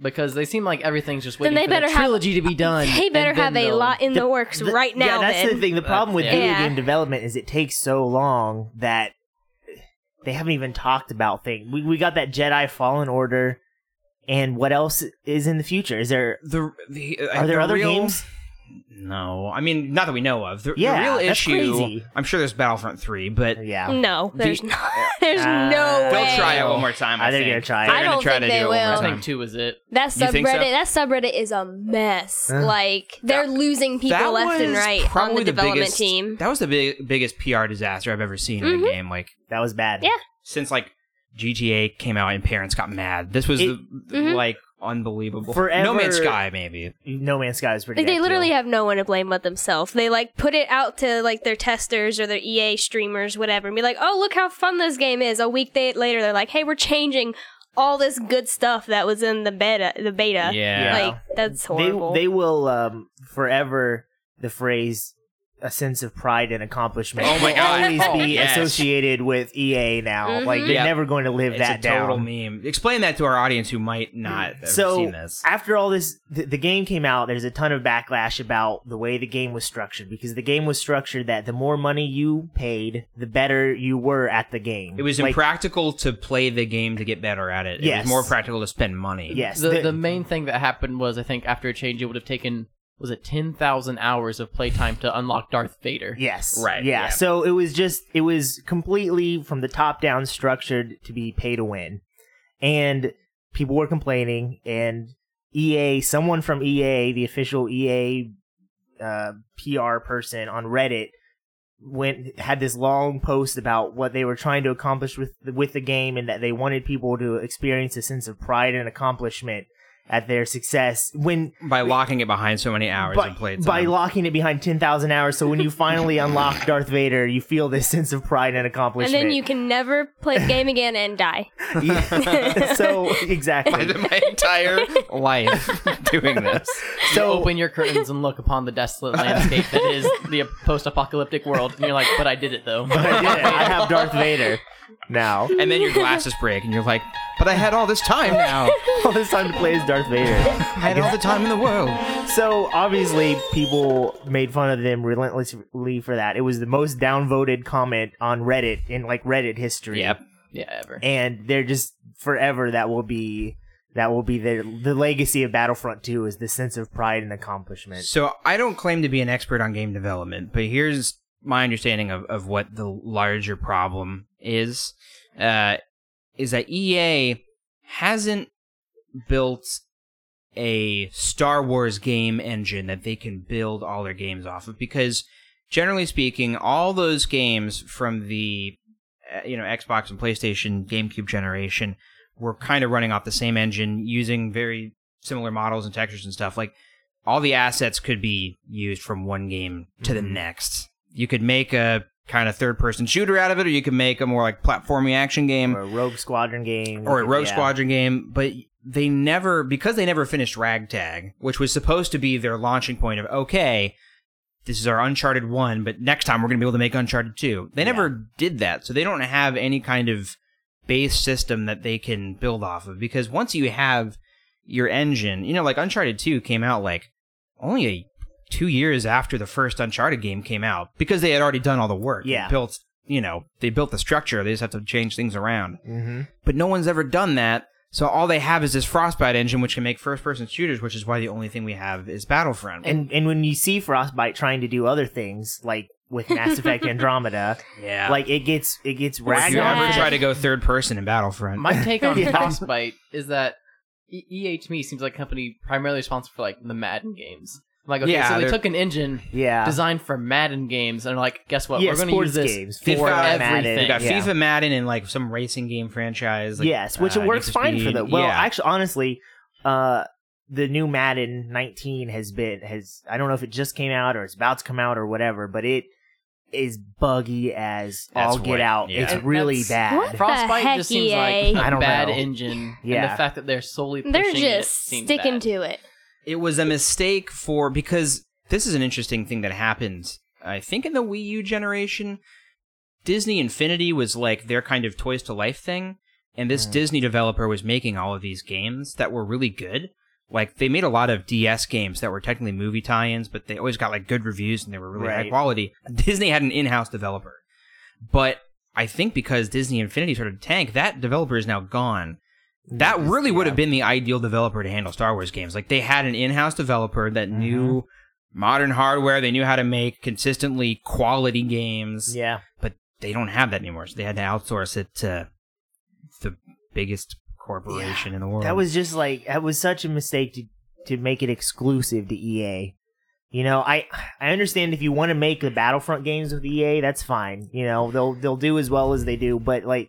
Speaker 2: Because they seem like everything's just
Speaker 6: Then
Speaker 2: waiting
Speaker 6: they
Speaker 2: for
Speaker 6: better
Speaker 2: the
Speaker 6: have-
Speaker 2: trilogy to be done.
Speaker 6: They
Speaker 2: and
Speaker 6: better
Speaker 2: then
Speaker 6: have a
Speaker 2: they'll-
Speaker 6: lot in the, works
Speaker 4: The-
Speaker 6: right now.
Speaker 4: Yeah, that's
Speaker 6: then.
Speaker 4: the thing. The problem with
Speaker 2: yeah.
Speaker 4: video
Speaker 6: Yeah.
Speaker 4: game development is it takes so long that they haven't even talked about things. We we got that Jedi Fallen Order, and what else is in the future? Is there
Speaker 5: The, the uh,
Speaker 4: are there
Speaker 5: the
Speaker 4: other
Speaker 5: real-
Speaker 4: games?
Speaker 5: No, I mean not that we know of. The, the
Speaker 4: Yeah,
Speaker 5: real
Speaker 4: that's
Speaker 5: issue.
Speaker 4: crazy.
Speaker 5: I'm sure there's Battlefront three, but
Speaker 4: Yeah,
Speaker 6: No,
Speaker 5: The-
Speaker 6: there's not. There's
Speaker 4: Uh,
Speaker 6: no
Speaker 5: they'll
Speaker 6: way.
Speaker 5: try it one more time. I,
Speaker 4: I think
Speaker 5: think
Speaker 4: they're gonna try it.
Speaker 5: They're
Speaker 6: I
Speaker 5: gonna
Speaker 6: don't
Speaker 5: try
Speaker 6: think
Speaker 5: to
Speaker 6: they
Speaker 5: do it one
Speaker 6: will.
Speaker 5: more
Speaker 2: I
Speaker 5: time.
Speaker 2: think 2 is it.
Speaker 6: That
Speaker 5: You think so?
Speaker 6: subreddit, that subreddit is a mess.
Speaker 4: Huh?
Speaker 6: like they're losing people
Speaker 5: That
Speaker 6: left and
Speaker 5: was
Speaker 6: right on
Speaker 5: probably
Speaker 6: the development
Speaker 5: biggest,
Speaker 6: team.
Speaker 5: That was the big, biggest PR disaster I've ever seen in a
Speaker 6: Mhm.
Speaker 5: game. Like
Speaker 4: that was bad.
Speaker 6: Yeah.
Speaker 5: since like GTA came out and parents got mad. This was
Speaker 4: It-
Speaker 5: the,
Speaker 6: Mhm.
Speaker 5: like unbelievable. No
Speaker 4: Forever-
Speaker 5: Man's Sky, maybe.
Speaker 4: No Man's Sky was pretty.
Speaker 6: like
Speaker 4: bad
Speaker 6: they literally
Speaker 4: too.
Speaker 6: have no one to blame but themselves. They like put it out to like their testers or their EA streamers, whatever, and be like, "Oh, look how fun this game is." A week day later, they're like, "Hey, we're changing all this good stuff that was in the beta." The beta,
Speaker 5: Yeah.
Speaker 6: like that's horrible.
Speaker 4: They they will um, forever the phrase a sense of pride and accomplishment.
Speaker 5: Oh my
Speaker 4: will
Speaker 5: God.
Speaker 4: Always
Speaker 5: Oh,
Speaker 4: be
Speaker 5: yes.
Speaker 4: associated with EA now.
Speaker 6: Mhm.
Speaker 4: Like they're
Speaker 5: Yeah.
Speaker 4: never going to live
Speaker 5: it's
Speaker 4: that
Speaker 5: a total
Speaker 4: down.
Speaker 5: meme. Explain that to our audience who might not have
Speaker 4: So-
Speaker 5: seen this.
Speaker 4: after all this the, the game came out there's a ton of backlash about the way the game was structured because the game was structured that the more money you paid the better you were at the game
Speaker 5: It was
Speaker 4: Like,
Speaker 5: impractical to play the game to get better at it. It
Speaker 4: Yes.
Speaker 5: was more practical to spend money.
Speaker 4: yes
Speaker 2: the,
Speaker 4: the-
Speaker 2: the main thing that happened was I think after a change it would have taken was it ten thousand hours of playtime to unlock Darth Vader.
Speaker 4: yes
Speaker 5: Right,
Speaker 4: yeah.
Speaker 5: yeah.
Speaker 4: so it was just it was completely from the top down structured to be pay to win and people were complaining and ea someone from ea the official ea uh, pr person on reddit went had this long post about what they were trying to accomplish with the, with the game and that they wanted people to experience a sense of pride and accomplishment at their success when
Speaker 5: By locking it behind so many hours of
Speaker 4: by,
Speaker 5: playtime.
Speaker 4: by locking it behind 10,000 hours so when you finally unlock Darth Vader you feel this sense of pride and
Speaker 6: and
Speaker 4: accomplishment
Speaker 6: then you can never play the game again and die.
Speaker 4: Yeah. so
Speaker 5: I
Speaker 4: exactly
Speaker 5: did my entire life doing this.
Speaker 2: So
Speaker 4: so
Speaker 2: open your curtains and look upon the desolate landscape that is the post-apocalyptic world, and you're like, "But I did it though."
Speaker 4: I did it. I have Darth Vader now
Speaker 5: And then your glasses break and you're like, But I had all this time now.
Speaker 4: all this time to play as Darth Vader.
Speaker 5: I had all the time in the world.
Speaker 4: So obviously, people made fun of them relentlessly for that. It was the most downvoted comment on Reddit in like Reddit history.
Speaker 5: Yep.
Speaker 2: Yeah, ever.
Speaker 4: and they're just forever that will be that will be the the legacy of Battlefront 2 is the sense of pride and accomplishment.
Speaker 5: So I don't claim to be an expert on game development, but here's my understanding of, of what the larger problem is, uh, is that EA hasn't built a Star Wars game engine that they can build all their games off of because generally speaking, all those games from the uh, you know Xbox and PlayStation, GameCube generation were kind of running off the same engine, using very similar models and textures and stuff. Like all the assets could be used from one game to the
Speaker 4: Mhm.
Speaker 5: next. You could make a kind of third-person shooter out of it, or you could make a more like platforming action game
Speaker 4: or a Rogue Squadron game
Speaker 5: or a Rogue
Speaker 4: Yeah.
Speaker 5: Squadron game, but they never because they never finished Ragtag, which was supposed to be their launching point of okay, this is our Uncharted one, but next time we're going to be able to make Uncharted two. They never did that, so they don't have any kind of base system that they can build off of because once you have your engine, you know, like Uncharted two came out like only a two years after the first Uncharted game came out because they had already done all the work. They
Speaker 4: Yeah.
Speaker 5: built you know they built the structure. They just have to change things around
Speaker 4: Mhm.
Speaker 5: but no one's ever done that. So all they have is this Frostbite engine, which can make first-person shooters, which is why the only thing we have is Battlefront.
Speaker 4: And and when you see Frostbite trying to do other things like with Mass Effect Andromeda,
Speaker 5: yeah,
Speaker 4: like it gets it gets
Speaker 5: or if
Speaker 4: ragged
Speaker 5: you ever
Speaker 6: Yeah.
Speaker 5: try to go third-person in Battlefront,
Speaker 2: My take on
Speaker 4: Yeah.
Speaker 2: Frostbite is that E- EA to me seems like a company primarily responsible for like the Madden games. I'm like, okay,
Speaker 5: Yeah,
Speaker 2: so they
Speaker 5: they're-
Speaker 2: took an engine
Speaker 4: Yeah.
Speaker 2: designed for Madden games, and they're like, guess what?
Speaker 4: Yeah,
Speaker 2: We're going to
Speaker 4: sports
Speaker 2: use this
Speaker 4: games,
Speaker 2: for
Speaker 5: FIFA,
Speaker 2: everything.
Speaker 4: Madden,
Speaker 5: we got
Speaker 4: yeah.
Speaker 5: FIFA, Madden, and like some racing game franchise. Like,
Speaker 4: yes, which
Speaker 5: uh,
Speaker 4: works
Speaker 5: Need for
Speaker 4: fine for
Speaker 5: Speed.
Speaker 4: the well.
Speaker 5: yeah.
Speaker 4: Actually, honestly, uh, the new Madden 19 has been has I don't know if it just came out or it's about to come out or whatever, but it is buggy as
Speaker 5: That's
Speaker 4: all get
Speaker 5: what-
Speaker 4: out.
Speaker 5: yeah.
Speaker 4: It's
Speaker 2: And
Speaker 4: really
Speaker 2: that's-
Speaker 4: bad.
Speaker 6: What?
Speaker 2: Frostbite
Speaker 6: The
Speaker 2: just
Speaker 6: heck,
Speaker 2: seems
Speaker 6: EA?
Speaker 2: like
Speaker 4: I
Speaker 2: a
Speaker 4: don't
Speaker 2: bad
Speaker 4: know.
Speaker 2: engine, and
Speaker 4: Yeah.
Speaker 2: the fact that they're solely
Speaker 6: They're
Speaker 2: pushing it
Speaker 6: just
Speaker 2: seems
Speaker 6: sticking
Speaker 2: bad.
Speaker 6: to it.
Speaker 5: it was a mistake for because this is an interesting thing that happened. I think in the Wii U generation, Disney Infinity was like their kind of toys to life thing, and this Disney developer was making all of these games that were really good. Like they made a lot of DS games that were technically movie tie-ins, but they always got like good reviews and they were really high
Speaker 4: Right.
Speaker 5: quality. Disney had an in-house developer, but I think because Disney Infinity started to tank, that developer is now gone. That really would have
Speaker 4: uh,
Speaker 5: been the ideal developer to handle Star Wars games. Like they had an in-house developer that
Speaker 4: Mm-hmm.
Speaker 5: knew modern hardware, they knew how to make consistently quality games,
Speaker 4: Yeah.
Speaker 5: but they don't have that anymore. So they had to outsource it to the biggest corporation in the world.
Speaker 4: That was just like that was such a mistake to to make it exclusive to EA. You know, I I understand if you want to make the Battlefront games with EA, that's fine. You know, they'll they'll do as well as they do, but like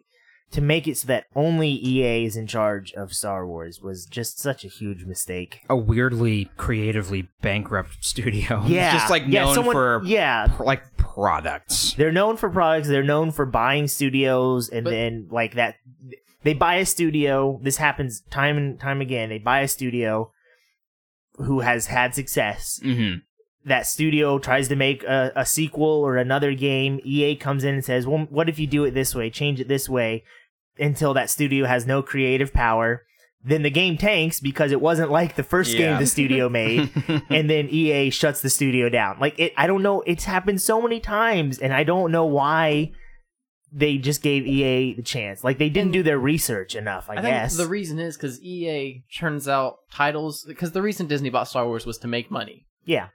Speaker 4: to make it so that only EA is in charge of Star Wars was just such a huge mistake.
Speaker 5: a weirdly creatively bankrupt studio. It's
Speaker 4: Yeah,
Speaker 5: just like known
Speaker 4: yeah, someone-
Speaker 5: for
Speaker 4: yeah.
Speaker 5: like products.
Speaker 4: They're known for products. They're known for buying studios, and
Speaker 2: But-
Speaker 4: then like that, they buy a studio. This happens time and time again. They buy a studio who has had success,
Speaker 5: Mm-hmm.
Speaker 4: that studio tries to make a, a sequel or another game, EA comes in and says, "Well, what if you do it this way? Change it this way." Until that studio has no creative power, then the game tanks because it wasn't like the first
Speaker 5: Yeah.
Speaker 4: game the studio made, and then EA shuts the studio down. Like it, I don't know. It's happened so many times, and I don't know why they just gave EA the chance. Like they didn't do their research enough. I,
Speaker 2: I think
Speaker 4: guess.
Speaker 2: the reason is because EA churns out titles. Because the reason Disney bought Star Wars was to make money.
Speaker 4: yeah.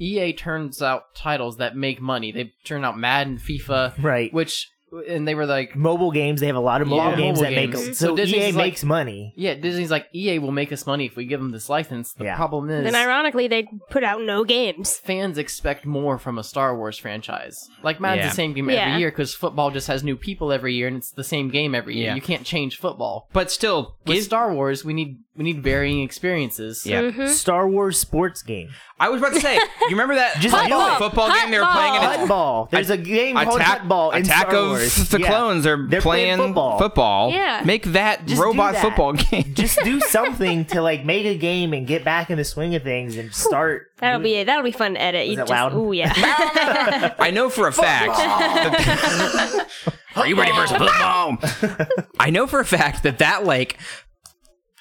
Speaker 2: EA turns out titles that make money. They turn out Madden, FIFA,
Speaker 4: Right.
Speaker 2: which and they were like,
Speaker 4: Mobile games. They have a lot of mobile
Speaker 2: Yeah.
Speaker 4: games
Speaker 2: Mobile
Speaker 4: that make
Speaker 2: games.
Speaker 4: them.
Speaker 2: So
Speaker 4: So,
Speaker 2: Disney's
Speaker 4: EA
Speaker 2: like-
Speaker 4: makes money.
Speaker 2: yeah, Disney's like EA will make us money if we give them this license. The
Speaker 4: Yeah.
Speaker 2: problem is
Speaker 6: Then ironically, they put out no games.
Speaker 2: fans expect more from a Star Wars franchise. Like Madden's
Speaker 5: Yeah.
Speaker 2: the same game
Speaker 6: Yeah.
Speaker 2: every year because football just has new people every year and it's the same game every year.
Speaker 5: Yeah.
Speaker 2: You can't change football.
Speaker 5: But still,
Speaker 2: With
Speaker 5: give-
Speaker 2: Star Wars, we need we need varying experiences.
Speaker 5: yeah.
Speaker 4: Star Wars sports game.
Speaker 5: I was about to say, you remember that
Speaker 4: Just oh,
Speaker 5: football,
Speaker 4: do it.
Speaker 5: football game they were
Speaker 6: Hotball.
Speaker 5: playing? And it's
Speaker 4: Hutball. There's a game called
Speaker 5: attack,
Speaker 4: Hutball in
Speaker 5: attack
Speaker 4: Star
Speaker 5: of
Speaker 4: Wars.
Speaker 5: the
Speaker 4: Yeah.
Speaker 5: clones. They're,
Speaker 4: They're playing football.
Speaker 6: Yeah.
Speaker 5: Make that
Speaker 4: Just do
Speaker 5: robot
Speaker 4: that.
Speaker 5: football game.
Speaker 4: Just do something to like make a game and get back in the swing of things and start.
Speaker 6: That'll be it. That'll be fun to edit.
Speaker 4: Was
Speaker 6: You
Speaker 4: it
Speaker 6: just,
Speaker 4: loud?
Speaker 6: Ooh, yeah.
Speaker 5: I know for a fact. that- Are you ready for some football? I know for a fact that that like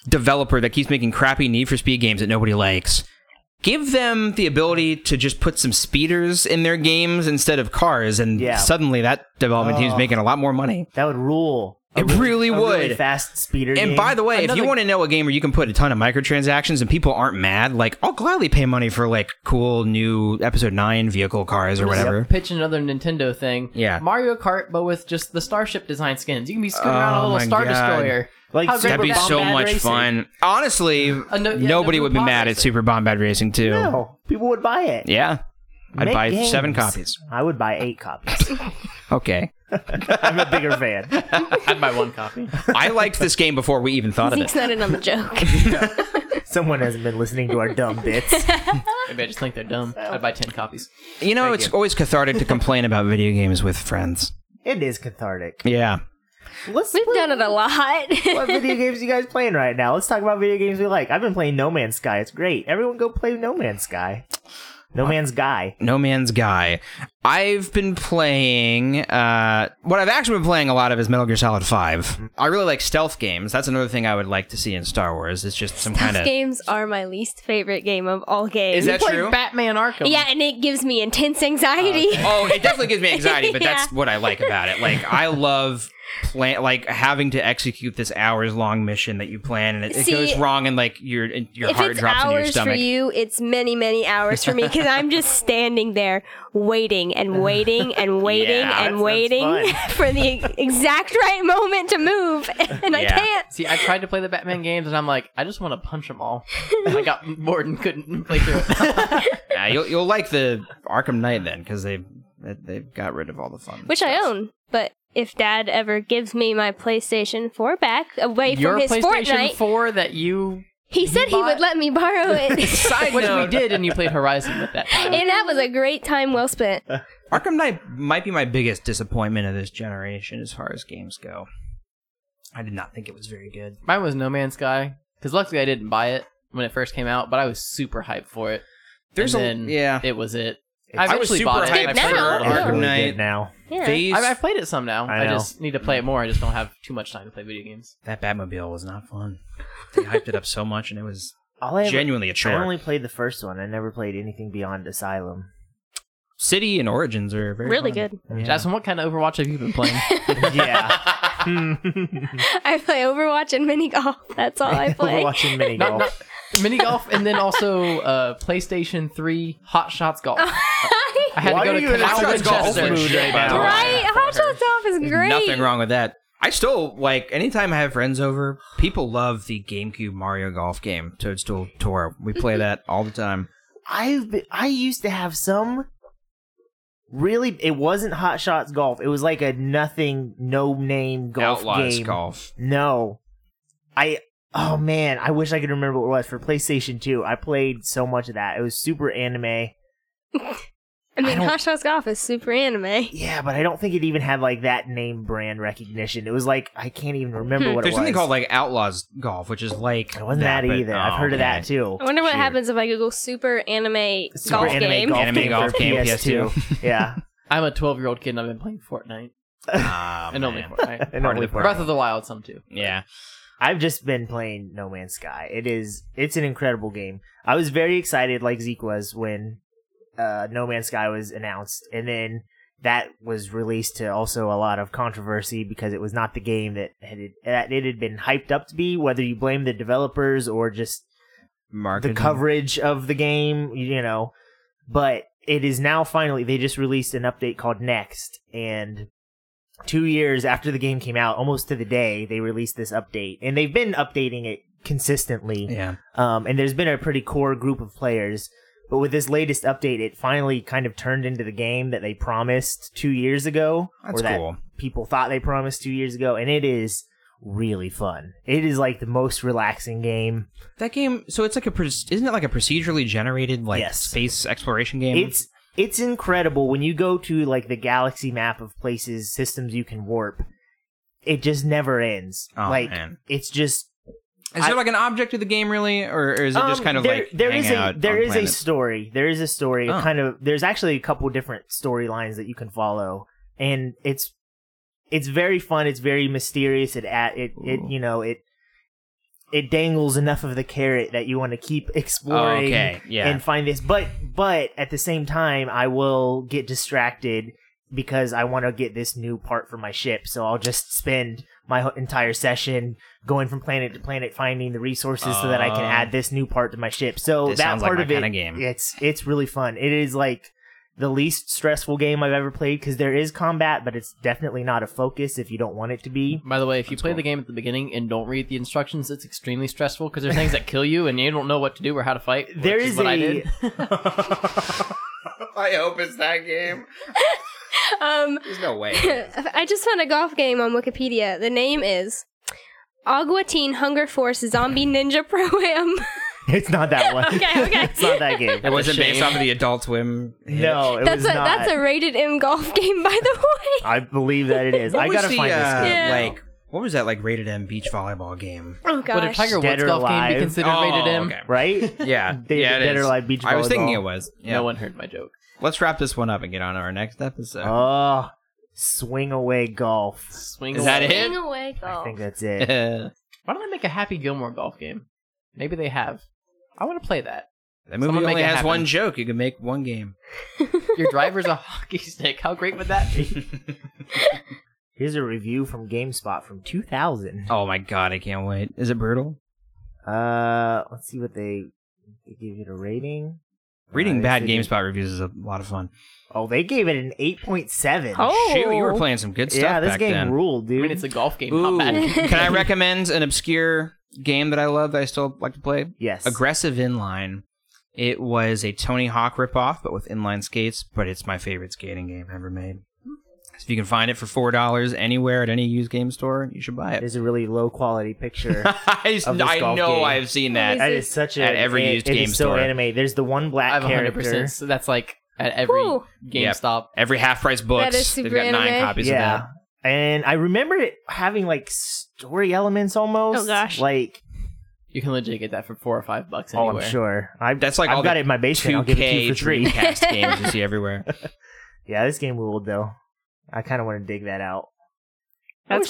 Speaker 5: developer that keeps making crappy Need for Speed games that nobody likes. Give them the ability to just put some speeders in their games instead of cars, and
Speaker 4: Yeah.
Speaker 5: suddenly that development team's making a lot more money.
Speaker 4: That would rule.
Speaker 5: It really
Speaker 4: a
Speaker 5: would.
Speaker 4: fast speeder.
Speaker 5: And
Speaker 4: game.
Speaker 5: by the way, if you
Speaker 2: Another-
Speaker 5: want to know a game where you can put a ton of microtransactions and people aren't mad, like I'll gladly pay money for like cool new episode nine vehicle cars or whatever.
Speaker 2: Pitch another Nintendo thing.
Speaker 5: Yeah.
Speaker 2: Mario Kart, but with just the Starship design skins. You can be scooting around a
Speaker 5: Oh
Speaker 2: little
Speaker 5: my
Speaker 2: Star
Speaker 5: God.
Speaker 2: Destroyer.
Speaker 4: Like,
Speaker 2: How great
Speaker 5: That'd
Speaker 2: would
Speaker 5: be
Speaker 2: Bomb
Speaker 5: so
Speaker 2: Bad
Speaker 5: much
Speaker 2: Racing- Uh,
Speaker 5: fun. Honestly,
Speaker 2: no- yeah,
Speaker 5: nobody
Speaker 2: no
Speaker 5: would be
Speaker 2: Bomb
Speaker 5: mad at
Speaker 2: Racing.
Speaker 5: Super Bomb Bad Racing too.
Speaker 4: no, people would buy it.
Speaker 5: Yeah. I'd
Speaker 4: Make
Speaker 5: buy
Speaker 4: games.
Speaker 5: seven copies.
Speaker 4: I would buy eight copies.
Speaker 5: Okay.
Speaker 4: I'm a bigger fan.
Speaker 2: I'd buy one copy.
Speaker 5: I liked this game before we even thought of
Speaker 6: Zeke's
Speaker 5: it.
Speaker 6: not in on the joke.
Speaker 4: Someone hasn't been listening to our dumb bits.
Speaker 2: Maybe I just think they're dumb. I'd buy ten copies.
Speaker 5: You know, it's always cathartic to complain about video games with friends.
Speaker 4: It is cathartic.
Speaker 5: Yeah.
Speaker 4: Let's
Speaker 6: We've done it a lot.
Speaker 4: what video games you guys playing right now? Let's talk about video games we like. I've been playing No Man's Sky. It's great. Everyone go play No Man's Sky.
Speaker 5: Uh,
Speaker 4: No Man's Guy.
Speaker 5: No Man's Guy. I've been playing. Uh, what I've actually been playing a lot of is Metal Gear Solid Five. I really like stealth games. That's another thing I would like to see in Star Wars. It's just some kind
Speaker 6: Those
Speaker 5: of.
Speaker 6: games are my least favorite game of all games.
Speaker 5: Is that
Speaker 2: Play
Speaker 5: true?
Speaker 2: Batman Arkham.
Speaker 6: yeah, and it gives me intense anxiety.
Speaker 5: oh, it definitely gives me anxiety, but
Speaker 6: Yeah.
Speaker 5: that's what I like about it. Like I love plan, like having to execute this hours long mission that you plan, and it, it
Speaker 6: See,
Speaker 5: goes wrong, and like your your
Speaker 6: if
Speaker 5: heart
Speaker 6: it's
Speaker 5: drops into your
Speaker 6: hours for
Speaker 5: stomach.
Speaker 6: you, it's many, many hours for me because I'm just standing there waiting and waiting and waiting
Speaker 5: Yeah, that
Speaker 6: and
Speaker 5: sounds
Speaker 6: waiting
Speaker 4: fun.
Speaker 6: for the exact right moment to move, and I
Speaker 5: Yeah.
Speaker 6: can't.
Speaker 2: See, I tried to play the Batman games, and I'm like, I just want to punch them all. And I got bored and couldn't play through it.
Speaker 5: Yeah, you'll you'll like the Arkham Knight then, because they they got rid of all the fun.
Speaker 6: Which I own, but if Dad ever gives me my PlayStation 4 back away
Speaker 2: Your
Speaker 6: from his
Speaker 2: PlayStation
Speaker 6: Fortnite,
Speaker 2: 4 that you,
Speaker 6: he said he would
Speaker 2: bought-
Speaker 6: let me borrow it.
Speaker 2: which we did, and you played Horizon with that. time.
Speaker 6: And that was a great time well spent.
Speaker 5: Arkham Knight might be my biggest disappointment of this generation as far as games go. I did not think it was very good.
Speaker 2: Mine was No Man's Sky because luckily I didn't buy it when it first came out, but I was super hyped for it.
Speaker 5: There's
Speaker 2: and
Speaker 5: a-
Speaker 2: then
Speaker 5: yeah.
Speaker 2: It was it. I
Speaker 5: I was
Speaker 2: eventually
Speaker 5: super
Speaker 2: bought it.
Speaker 5: hyped
Speaker 2: I
Speaker 6: for
Speaker 2: played it.
Speaker 6: Arkham
Speaker 4: It's
Speaker 2: I
Speaker 4: really
Speaker 5: Knight.
Speaker 4: good now.
Speaker 6: Yeah.
Speaker 5: These-
Speaker 2: I've played it some now.
Speaker 4: I
Speaker 2: I,
Speaker 4: know.
Speaker 2: just need to play it more. I just don't have too much time to play video games.
Speaker 5: that Batmobile was not fun. They hyped it up so much, and it was
Speaker 4: All I ever-
Speaker 5: genuinely a chore.
Speaker 4: I only played the first one. I never played anything beyond Asylum.
Speaker 5: City and Origins are very
Speaker 6: Really
Speaker 5: fun.
Speaker 6: good.
Speaker 4: Yeah.
Speaker 2: Jasmine, what kind of Overwatch have you been playing?
Speaker 4: yeah. Hmm.
Speaker 6: I play Overwatch and mini golf. That's all I play.
Speaker 4: Watching mini
Speaker 2: not,
Speaker 4: golf.
Speaker 2: not mini golf, and then also uh, PlayStation Three Hot Shots Golf.
Speaker 6: Oh.
Speaker 2: I had
Speaker 4: Why
Speaker 2: to
Speaker 4: are
Speaker 2: go
Speaker 4: you in
Speaker 2: to
Speaker 4: a
Speaker 2: Kyle
Speaker 4: Hot Shots Golf
Speaker 2: Winchester.
Speaker 4: mood right now?
Speaker 6: Right? Hot Shots Off is great.
Speaker 5: Nothing wrong with that. I still like anytime I have friends over. People love the GameCube Mario Golf game, Toadstool Tour. We play that all the time.
Speaker 4: I've been, I used to have some really it wasn't hot shots golf. It was like a nothing no name golf
Speaker 5: Outlaws
Speaker 4: game.
Speaker 5: Golf.
Speaker 4: No. I oh man, I wish I could remember what it was for PlayStation 2. I played so much of that. It was super anime.
Speaker 6: I mean,
Speaker 4: I don't-
Speaker 6: Hot Shots Golf is super anime.
Speaker 4: Yeah, but I don't think it even had like that name brand recognition. It was like I can't even remember
Speaker 6: Hmm.
Speaker 4: what
Speaker 5: There's
Speaker 4: it was.
Speaker 5: something called like Outlaws Golf, which is like
Speaker 4: it wasn't that,
Speaker 5: but-
Speaker 4: either. I've
Speaker 5: oh,
Speaker 4: heard of
Speaker 5: man.
Speaker 4: that too.
Speaker 6: I wonder what
Speaker 5: Shoot.
Speaker 6: happens if I Google super anime
Speaker 4: Super
Speaker 6: golf
Speaker 4: anime
Speaker 6: game.
Speaker 4: golf
Speaker 5: Anime
Speaker 4: game
Speaker 5: golf
Speaker 4: for
Speaker 5: game,
Speaker 4: PS2. yeah,
Speaker 2: I'm a 12 year old kid, and I've been playing Fortnite
Speaker 5: Ah,
Speaker 2: and only
Speaker 5: man.
Speaker 2: Fortnite.
Speaker 4: And only
Speaker 2: Breath
Speaker 4: Oh, Fortnite.
Speaker 2: of the Wild, some too.
Speaker 5: Yeah.
Speaker 4: I've just been playing No Man's Sky. It is it's an incredible game. I was very excited, like Zeke was, when uh, No Man's Sky was announced, and then that was released to also a lot of controversy because it was not the game that had that it had been hyped up to be. Whether you blame the developers or just
Speaker 5: Marketing.
Speaker 4: the coverage of the game, you know. But it is now finally they just released an update called Next, and two years after the game came out, almost to the day, they released this update, and they've been updating it consistently.
Speaker 5: Yeah.
Speaker 4: Um, and there's been a pretty core group of players, but with this latest update, it finally kind of turned into the game that they promised two years ago,
Speaker 5: That's
Speaker 4: or that
Speaker 5: cool.
Speaker 4: people thought they promised two years ago, and it is really fun. It is like the most relaxing game.
Speaker 5: That game, so it's like a, pro- isn't it like a procedurally generated, like,
Speaker 4: Yes.
Speaker 5: space exploration game?
Speaker 4: It's it's incredible when you go to like the galaxy map of places, systems you can warp. It just never ends.
Speaker 5: Oh,
Speaker 4: like
Speaker 5: man.
Speaker 4: it's just
Speaker 5: Is there like an object of the game, really? Or, or is it just
Speaker 4: Um,
Speaker 5: kind of
Speaker 4: there,
Speaker 5: like.
Speaker 4: there
Speaker 5: hang
Speaker 4: is a
Speaker 5: out
Speaker 4: there
Speaker 5: on
Speaker 4: is a
Speaker 5: planet?
Speaker 4: story. There is a story.
Speaker 5: Oh.
Speaker 4: Kind of there's actually a couple different storylines that you can follow, and it's it's very fun. It's very mysterious. It at it it you know it it dangles enough of the carrot that you want to keep exploring
Speaker 5: Okay, yeah.
Speaker 4: and find this. But but at the same time, I will get distracted because I want to get this new part for my ship. So I'll just spend my ho- entire session going from planet to planet finding the resources so that I can
Speaker 5: Oh.
Speaker 4: add this new part to my ship. So
Speaker 5: This
Speaker 4: that
Speaker 5: sounds like
Speaker 4: part
Speaker 5: my
Speaker 4: of it,
Speaker 5: kinda game.
Speaker 4: it's it's really fun. It is like the least stressful game I've ever played because there is combat, but it's definitely not a focus if you don't want it to be.
Speaker 2: By the way, if you play the game at the beginning and don't read the instructions, it's extremely stressful because there's things that kill you and you don't know what to do or how to fight. which
Speaker 4: There
Speaker 2: is
Speaker 4: is
Speaker 2: what I
Speaker 4: a
Speaker 2: did.
Speaker 5: I hope it's that game.
Speaker 6: Um,
Speaker 5: There's no way.
Speaker 6: I just found a golf game on Wikipedia. The name is Aguatine Hunger Force Zombie Ninja Pro Am.
Speaker 4: it's not that one.
Speaker 6: okay, okay.
Speaker 4: it's not that game.
Speaker 5: It wasn't
Speaker 2: a shame.
Speaker 5: based off of the Adult Swim. hit.
Speaker 4: No, it
Speaker 6: that's
Speaker 4: was
Speaker 6: a
Speaker 4: not.
Speaker 6: that's a rated M golf game, by the way.
Speaker 4: I believe that it is.
Speaker 5: What
Speaker 4: I
Speaker 5: was
Speaker 4: gotta
Speaker 5: the,
Speaker 4: find
Speaker 5: uh,
Speaker 4: this game.
Speaker 6: Yeah.
Speaker 5: Like, what was that like rated M beach volleyball game?
Speaker 6: Oh
Speaker 2: Would a
Speaker 6: gosh.
Speaker 2: Tiger
Speaker 4: Dead
Speaker 2: Woods
Speaker 4: or
Speaker 2: golf game
Speaker 4: Alive?
Speaker 2: be considered rated
Speaker 4: Oh,
Speaker 2: M?
Speaker 5: okay.
Speaker 4: right?
Speaker 5: Yeah,
Speaker 4: Dead-
Speaker 5: yeah, it
Speaker 4: Dead or
Speaker 5: is.
Speaker 4: Alive beach
Speaker 5: I was thinking
Speaker 4: volleyball.
Speaker 5: it was. Yeah.
Speaker 2: No one heard my joke.
Speaker 5: Let's wrap this one up and get on to our next episode.
Speaker 4: Oh, swing away golf.
Speaker 2: Swing.
Speaker 5: Is that
Speaker 2: away.
Speaker 5: it?
Speaker 6: Swing away
Speaker 4: I
Speaker 6: golf.
Speaker 4: think that's it.
Speaker 5: that
Speaker 2: Why don't they make a Happy Gilmore golf game? Maybe they have. I want to play that.
Speaker 5: movie
Speaker 2: Someone make
Speaker 5: only
Speaker 2: it
Speaker 5: has
Speaker 2: happen.
Speaker 5: one joke. You can make one game.
Speaker 2: Your driver's a hockey stick. How great would that be?
Speaker 4: Here's a review from GameSpot from 2000.
Speaker 5: Oh my god, I can't wait. Is it brutal?
Speaker 4: Uh, let's see what they, they give it a rating.
Speaker 5: Reading
Speaker 4: Uh,
Speaker 5: bad
Speaker 4: they said-
Speaker 5: GameSpot reviews is a lot of fun.
Speaker 4: Oh, they gave it an 8.7.
Speaker 6: Oh,
Speaker 5: Shoot, you were playing some good stuff
Speaker 4: yeah, this
Speaker 5: back
Speaker 4: game
Speaker 5: then.
Speaker 4: ruled,
Speaker 2: I
Speaker 4: dude.
Speaker 2: mean, it's a golf game.
Speaker 5: Ooh,
Speaker 2: Not bad.
Speaker 5: can I recommend an obscure game that I love that I still like to play?
Speaker 4: yes.
Speaker 5: Aggressive Inline. It was a Tony Hawk ripoff, but with inline skates. But it's my favorite skating game ever made. So if you can find it for four dollars anywhere at any used game store, you should buy it.
Speaker 4: There's a really low quality picture.
Speaker 5: I,
Speaker 4: Of this
Speaker 5: I
Speaker 4: golf
Speaker 5: know
Speaker 4: game.
Speaker 5: I've seen that.
Speaker 4: that is such a
Speaker 5: At every
Speaker 4: it-
Speaker 5: used
Speaker 4: it
Speaker 5: game
Speaker 4: is so
Speaker 5: store.
Speaker 4: anime. There's the one black
Speaker 2: I've 100.
Speaker 4: character.
Speaker 2: percent So that's like at every
Speaker 6: Ooh.
Speaker 2: GameStop.
Speaker 5: Every half price books.
Speaker 6: That is
Speaker 5: They've
Speaker 6: super
Speaker 5: got nine
Speaker 6: anime.
Speaker 5: copies
Speaker 4: yeah.
Speaker 5: of that.
Speaker 4: And I remember it having like story elements almost.
Speaker 6: Oh, gosh.
Speaker 4: Like
Speaker 2: You can legit get that for four or five bucks
Speaker 4: oh,
Speaker 2: anywhere.
Speaker 4: I'm sure. I
Speaker 5: That's like
Speaker 4: I've
Speaker 5: all
Speaker 4: got
Speaker 5: the
Speaker 4: it in my basement. I'll
Speaker 5: Two
Speaker 4: give it to
Speaker 5: K
Speaker 4: you for free.
Speaker 5: Dreamcast games you see everywhere.
Speaker 4: yeah, this game ruled though. I kind of want to dig that out.
Speaker 6: That's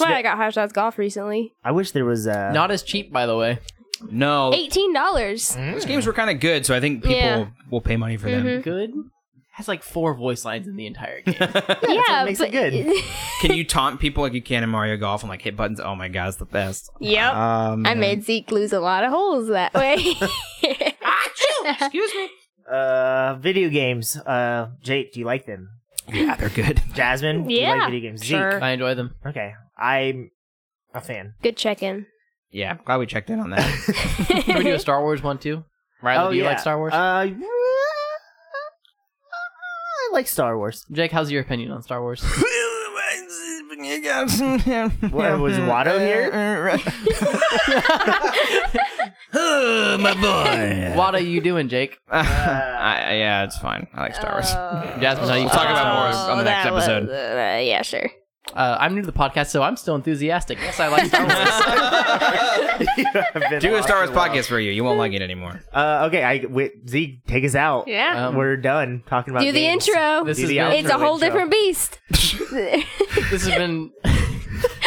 Speaker 4: wish
Speaker 6: why
Speaker 4: that-
Speaker 6: I got Hot Shots Golf recently.
Speaker 4: I wish there was uh, a
Speaker 2: Not as cheap, by the way.
Speaker 4: Oh.
Speaker 5: No,
Speaker 6: Eighteen dollars.
Speaker 4: Mm.
Speaker 5: those games were kind of good, so I think people
Speaker 6: Yeah.
Speaker 5: will pay money for them.
Speaker 2: Good. Has like four voice lines in the entire game.
Speaker 6: Yeah,
Speaker 4: what makes it
Speaker 6: but-
Speaker 4: good.
Speaker 6: Mm-hmm.
Speaker 5: Can you taunt people like you can in Mario Golf and like hit buttons? Oh my god, it's the best.
Speaker 6: yep.
Speaker 5: Um,
Speaker 6: Oh, I made Zeke lose a lot of holes that way.
Speaker 5: Excuse me.
Speaker 4: uh, video games. Uh, Jake, do you like them?
Speaker 5: Yeah, they're good.
Speaker 4: Jasmine, do you
Speaker 6: Yeah,
Speaker 4: like video games?
Speaker 6: sure.
Speaker 4: Zeke,
Speaker 2: I enjoy them.
Speaker 4: okay, I'm a fan.
Speaker 6: Good check in.
Speaker 5: Yeah, I'm glad we checked in on that.
Speaker 2: Can we do a Star Wars one too? Riley,
Speaker 4: oh
Speaker 2: do you
Speaker 4: yeah,
Speaker 2: like Star Wars?
Speaker 4: Uh, I like Star Wars.
Speaker 2: Jake, how's your opinion on Star Wars?
Speaker 5: what
Speaker 4: What, was Watto here?
Speaker 5: oh, my boy.
Speaker 2: What are you doing, Jake?
Speaker 5: I, yeah, it's fine. I like Star Wars.
Speaker 6: Oh.
Speaker 2: Jasmine, how you
Speaker 5: We'll
Speaker 2: feel
Speaker 5: talk
Speaker 2: about
Speaker 5: about
Speaker 2: Star
Speaker 5: more
Speaker 2: Wars?
Speaker 5: on the next
Speaker 6: that was-
Speaker 5: episode.
Speaker 6: uh, yeah, sure.
Speaker 2: Uh, I'm new to the podcast, so I'm still enthusiastic. Yes, I like Star Wars.
Speaker 5: Do a Star Wars podcast for you. You won't like it anymore.
Speaker 4: Uh, okay, I wait, Zeke, take us out.
Speaker 6: Yeah.
Speaker 2: Um,
Speaker 4: We're done talking about.
Speaker 6: Do the
Speaker 4: games.
Speaker 6: intro.
Speaker 2: this,
Speaker 4: Do
Speaker 2: has
Speaker 4: the
Speaker 2: been,
Speaker 6: it's a
Speaker 4: outro
Speaker 6: whole
Speaker 4: intro.
Speaker 6: different beast.
Speaker 2: this has been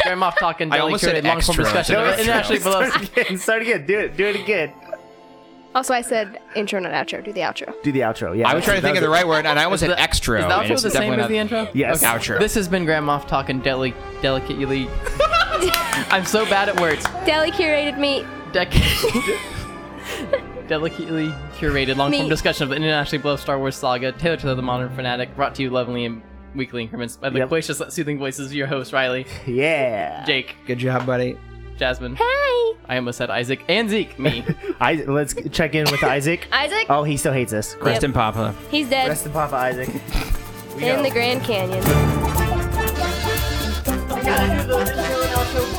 Speaker 2: Graham Off Talking
Speaker 5: I almost said
Speaker 2: long form
Speaker 5: extra.
Speaker 2: discussion.
Speaker 5: No,
Speaker 2: of
Speaker 5: it's-
Speaker 2: internationally below.
Speaker 4: Start again. Start again. Do it. Do it again.
Speaker 6: also, I said intro, not outro. Do the outro.
Speaker 4: Do the outro. Yeah.
Speaker 5: I was trying to think of the right word, and I almost said
Speaker 2: the-
Speaker 5: extra.
Speaker 2: Is the
Speaker 5: and
Speaker 2: outro
Speaker 5: it's
Speaker 2: the same
Speaker 5: definitely
Speaker 2: as the
Speaker 5: not-
Speaker 2: intro?
Speaker 4: Yes.
Speaker 5: Outro.
Speaker 2: This has been Graham Off Talking deli- delicately. I'm so bad at words.
Speaker 6: Deli curated meat.
Speaker 2: Dec- delicately curated long form
Speaker 6: Me.
Speaker 2: discussion of the internationally below Star Wars saga, tailored to the modern fanatic, brought to you lovingly in weekly increments by the
Speaker 4: Yep.
Speaker 2: loquacious, soothing voices of your hosts, Riley,
Speaker 4: Yeah.
Speaker 2: Jake,
Speaker 5: Good job, buddy.
Speaker 2: Jasmine.
Speaker 6: Hi,
Speaker 2: I almost said Isaac and Zeke. Me.
Speaker 4: I, let's check in with Isaac.
Speaker 6: Isaac.
Speaker 4: Oh, he still hates us.
Speaker 5: Rest in Papa.
Speaker 6: He's dead
Speaker 4: Rest in Papa Isaac. We
Speaker 6: in
Speaker 4: go.
Speaker 6: the Grand Canyon.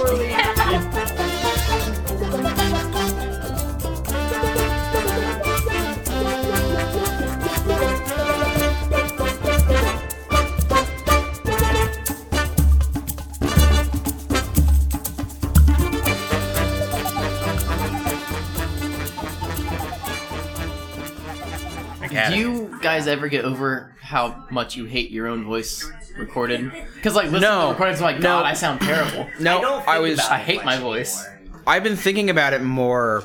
Speaker 2: Do
Speaker 5: Academy.
Speaker 2: you guys guys ever get over how much you hate your own voice recorded? Because like listening to
Speaker 5: No.
Speaker 2: the recordings, I'm like,
Speaker 5: No.
Speaker 2: God, I sound terrible.
Speaker 5: No, I, was.
Speaker 2: I hate my voice.
Speaker 5: I've been thinking about it more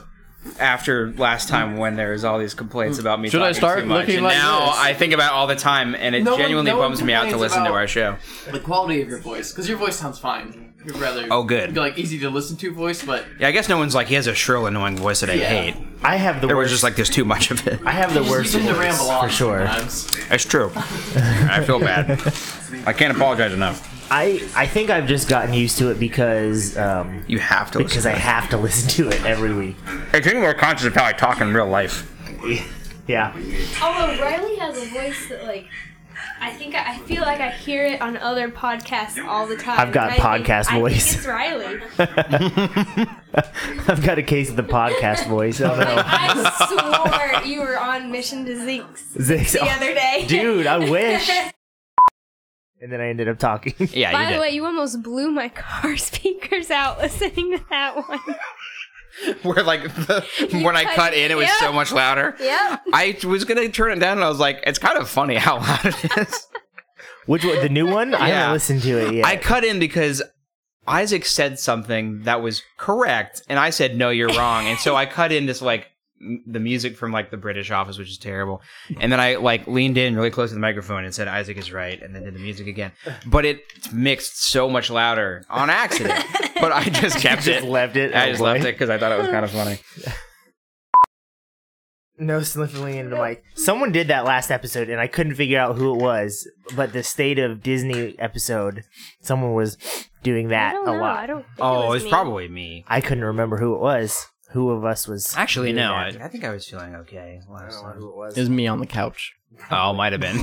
Speaker 5: after last time when there was all these complaints about me.
Speaker 2: Mm. Should I
Speaker 5: talking
Speaker 2: start
Speaker 5: too much.
Speaker 2: looking
Speaker 5: and
Speaker 2: like
Speaker 5: now
Speaker 2: this?
Speaker 5: I think about it all the time, and it
Speaker 2: No one-
Speaker 5: genuinely
Speaker 2: no one
Speaker 5: bums me out to
Speaker 2: complains
Speaker 5: listen to
Speaker 2: about-
Speaker 5: our show.
Speaker 2: The quality of your voice, because your voice sounds fine. You'd rather
Speaker 5: Oh, good.
Speaker 2: like easy to listen to voice, but
Speaker 5: Yeah, I guess no one's like he has a shrill, annoying voice that I
Speaker 2: Yeah.
Speaker 5: hate.
Speaker 4: I have the
Speaker 5: There was
Speaker 4: worst.
Speaker 5: just like there's too much of it.
Speaker 4: I have the
Speaker 2: you
Speaker 4: worst
Speaker 2: tend to
Speaker 4: voice,
Speaker 2: ramble on
Speaker 4: for sure.
Speaker 2: sometimes.
Speaker 5: That's true. I feel bad. I can't apologize enough.
Speaker 4: I I think I've just gotten used to it because um
Speaker 5: You have to.
Speaker 4: because I have to listen to it every week.
Speaker 5: I it's more conscious of how I talk in real life.
Speaker 4: Yeah.
Speaker 6: Although Riley has a voice that like I think I, I feel like I hear it on other podcasts all the time.
Speaker 4: I've got
Speaker 6: And I
Speaker 4: podcast
Speaker 6: think,
Speaker 4: voice.
Speaker 6: I think it's Riley.
Speaker 4: I've got a case of the podcast voice. I don't know.
Speaker 6: I swore you were on Mission to Zinks
Speaker 4: This-
Speaker 6: the other day.
Speaker 4: Dude, I wish. And then I ended up talking.
Speaker 5: Yeah,
Speaker 6: By
Speaker 5: you
Speaker 6: the
Speaker 5: did.
Speaker 6: way, you almost blew my car speakers out listening to that one.
Speaker 5: Where like the, when I
Speaker 6: cut
Speaker 5: cut
Speaker 6: it.
Speaker 5: in, it was
Speaker 6: Yeah.
Speaker 5: so much louder.
Speaker 6: Yep.
Speaker 5: I was gonna turn it down, and I was like, "It's kind of funny how loud it is."
Speaker 4: Which one? The new one? I
Speaker 5: Yeah.
Speaker 4: haven't listened to it yet.
Speaker 5: I cut in because Isaac said something that was correct, and I said, "No, you're wrong." and so I cut in just like m- the music from like the British Office, which is terrible, and then I like leaned in really close to the microphone and said, "Isaac is right," and then did the music again, but it mixed so much louder on accident. but I just kept
Speaker 4: just
Speaker 5: it.
Speaker 4: left it.
Speaker 5: I
Speaker 4: Oh,
Speaker 5: just
Speaker 4: boy.
Speaker 5: left it because I thought it was kind of funny.
Speaker 4: No sniffling into the mic. Someone did that last episode, and I couldn't figure out who it was. But the state of Disney episode, someone was doing
Speaker 6: I
Speaker 4: that
Speaker 6: don't
Speaker 4: a
Speaker 6: know. I
Speaker 4: lot.
Speaker 6: don't think it
Speaker 5: Oh,
Speaker 6: was
Speaker 5: it's
Speaker 6: me.
Speaker 5: probably me.
Speaker 4: I couldn't remember who it was. Who of us was
Speaker 5: Actually,
Speaker 4: doing
Speaker 5: no. I,
Speaker 4: that.
Speaker 5: I think I was feeling okay last
Speaker 4: don't know
Speaker 5: time.
Speaker 4: who it was.
Speaker 2: Is me on the couch.
Speaker 5: Oh, might have been.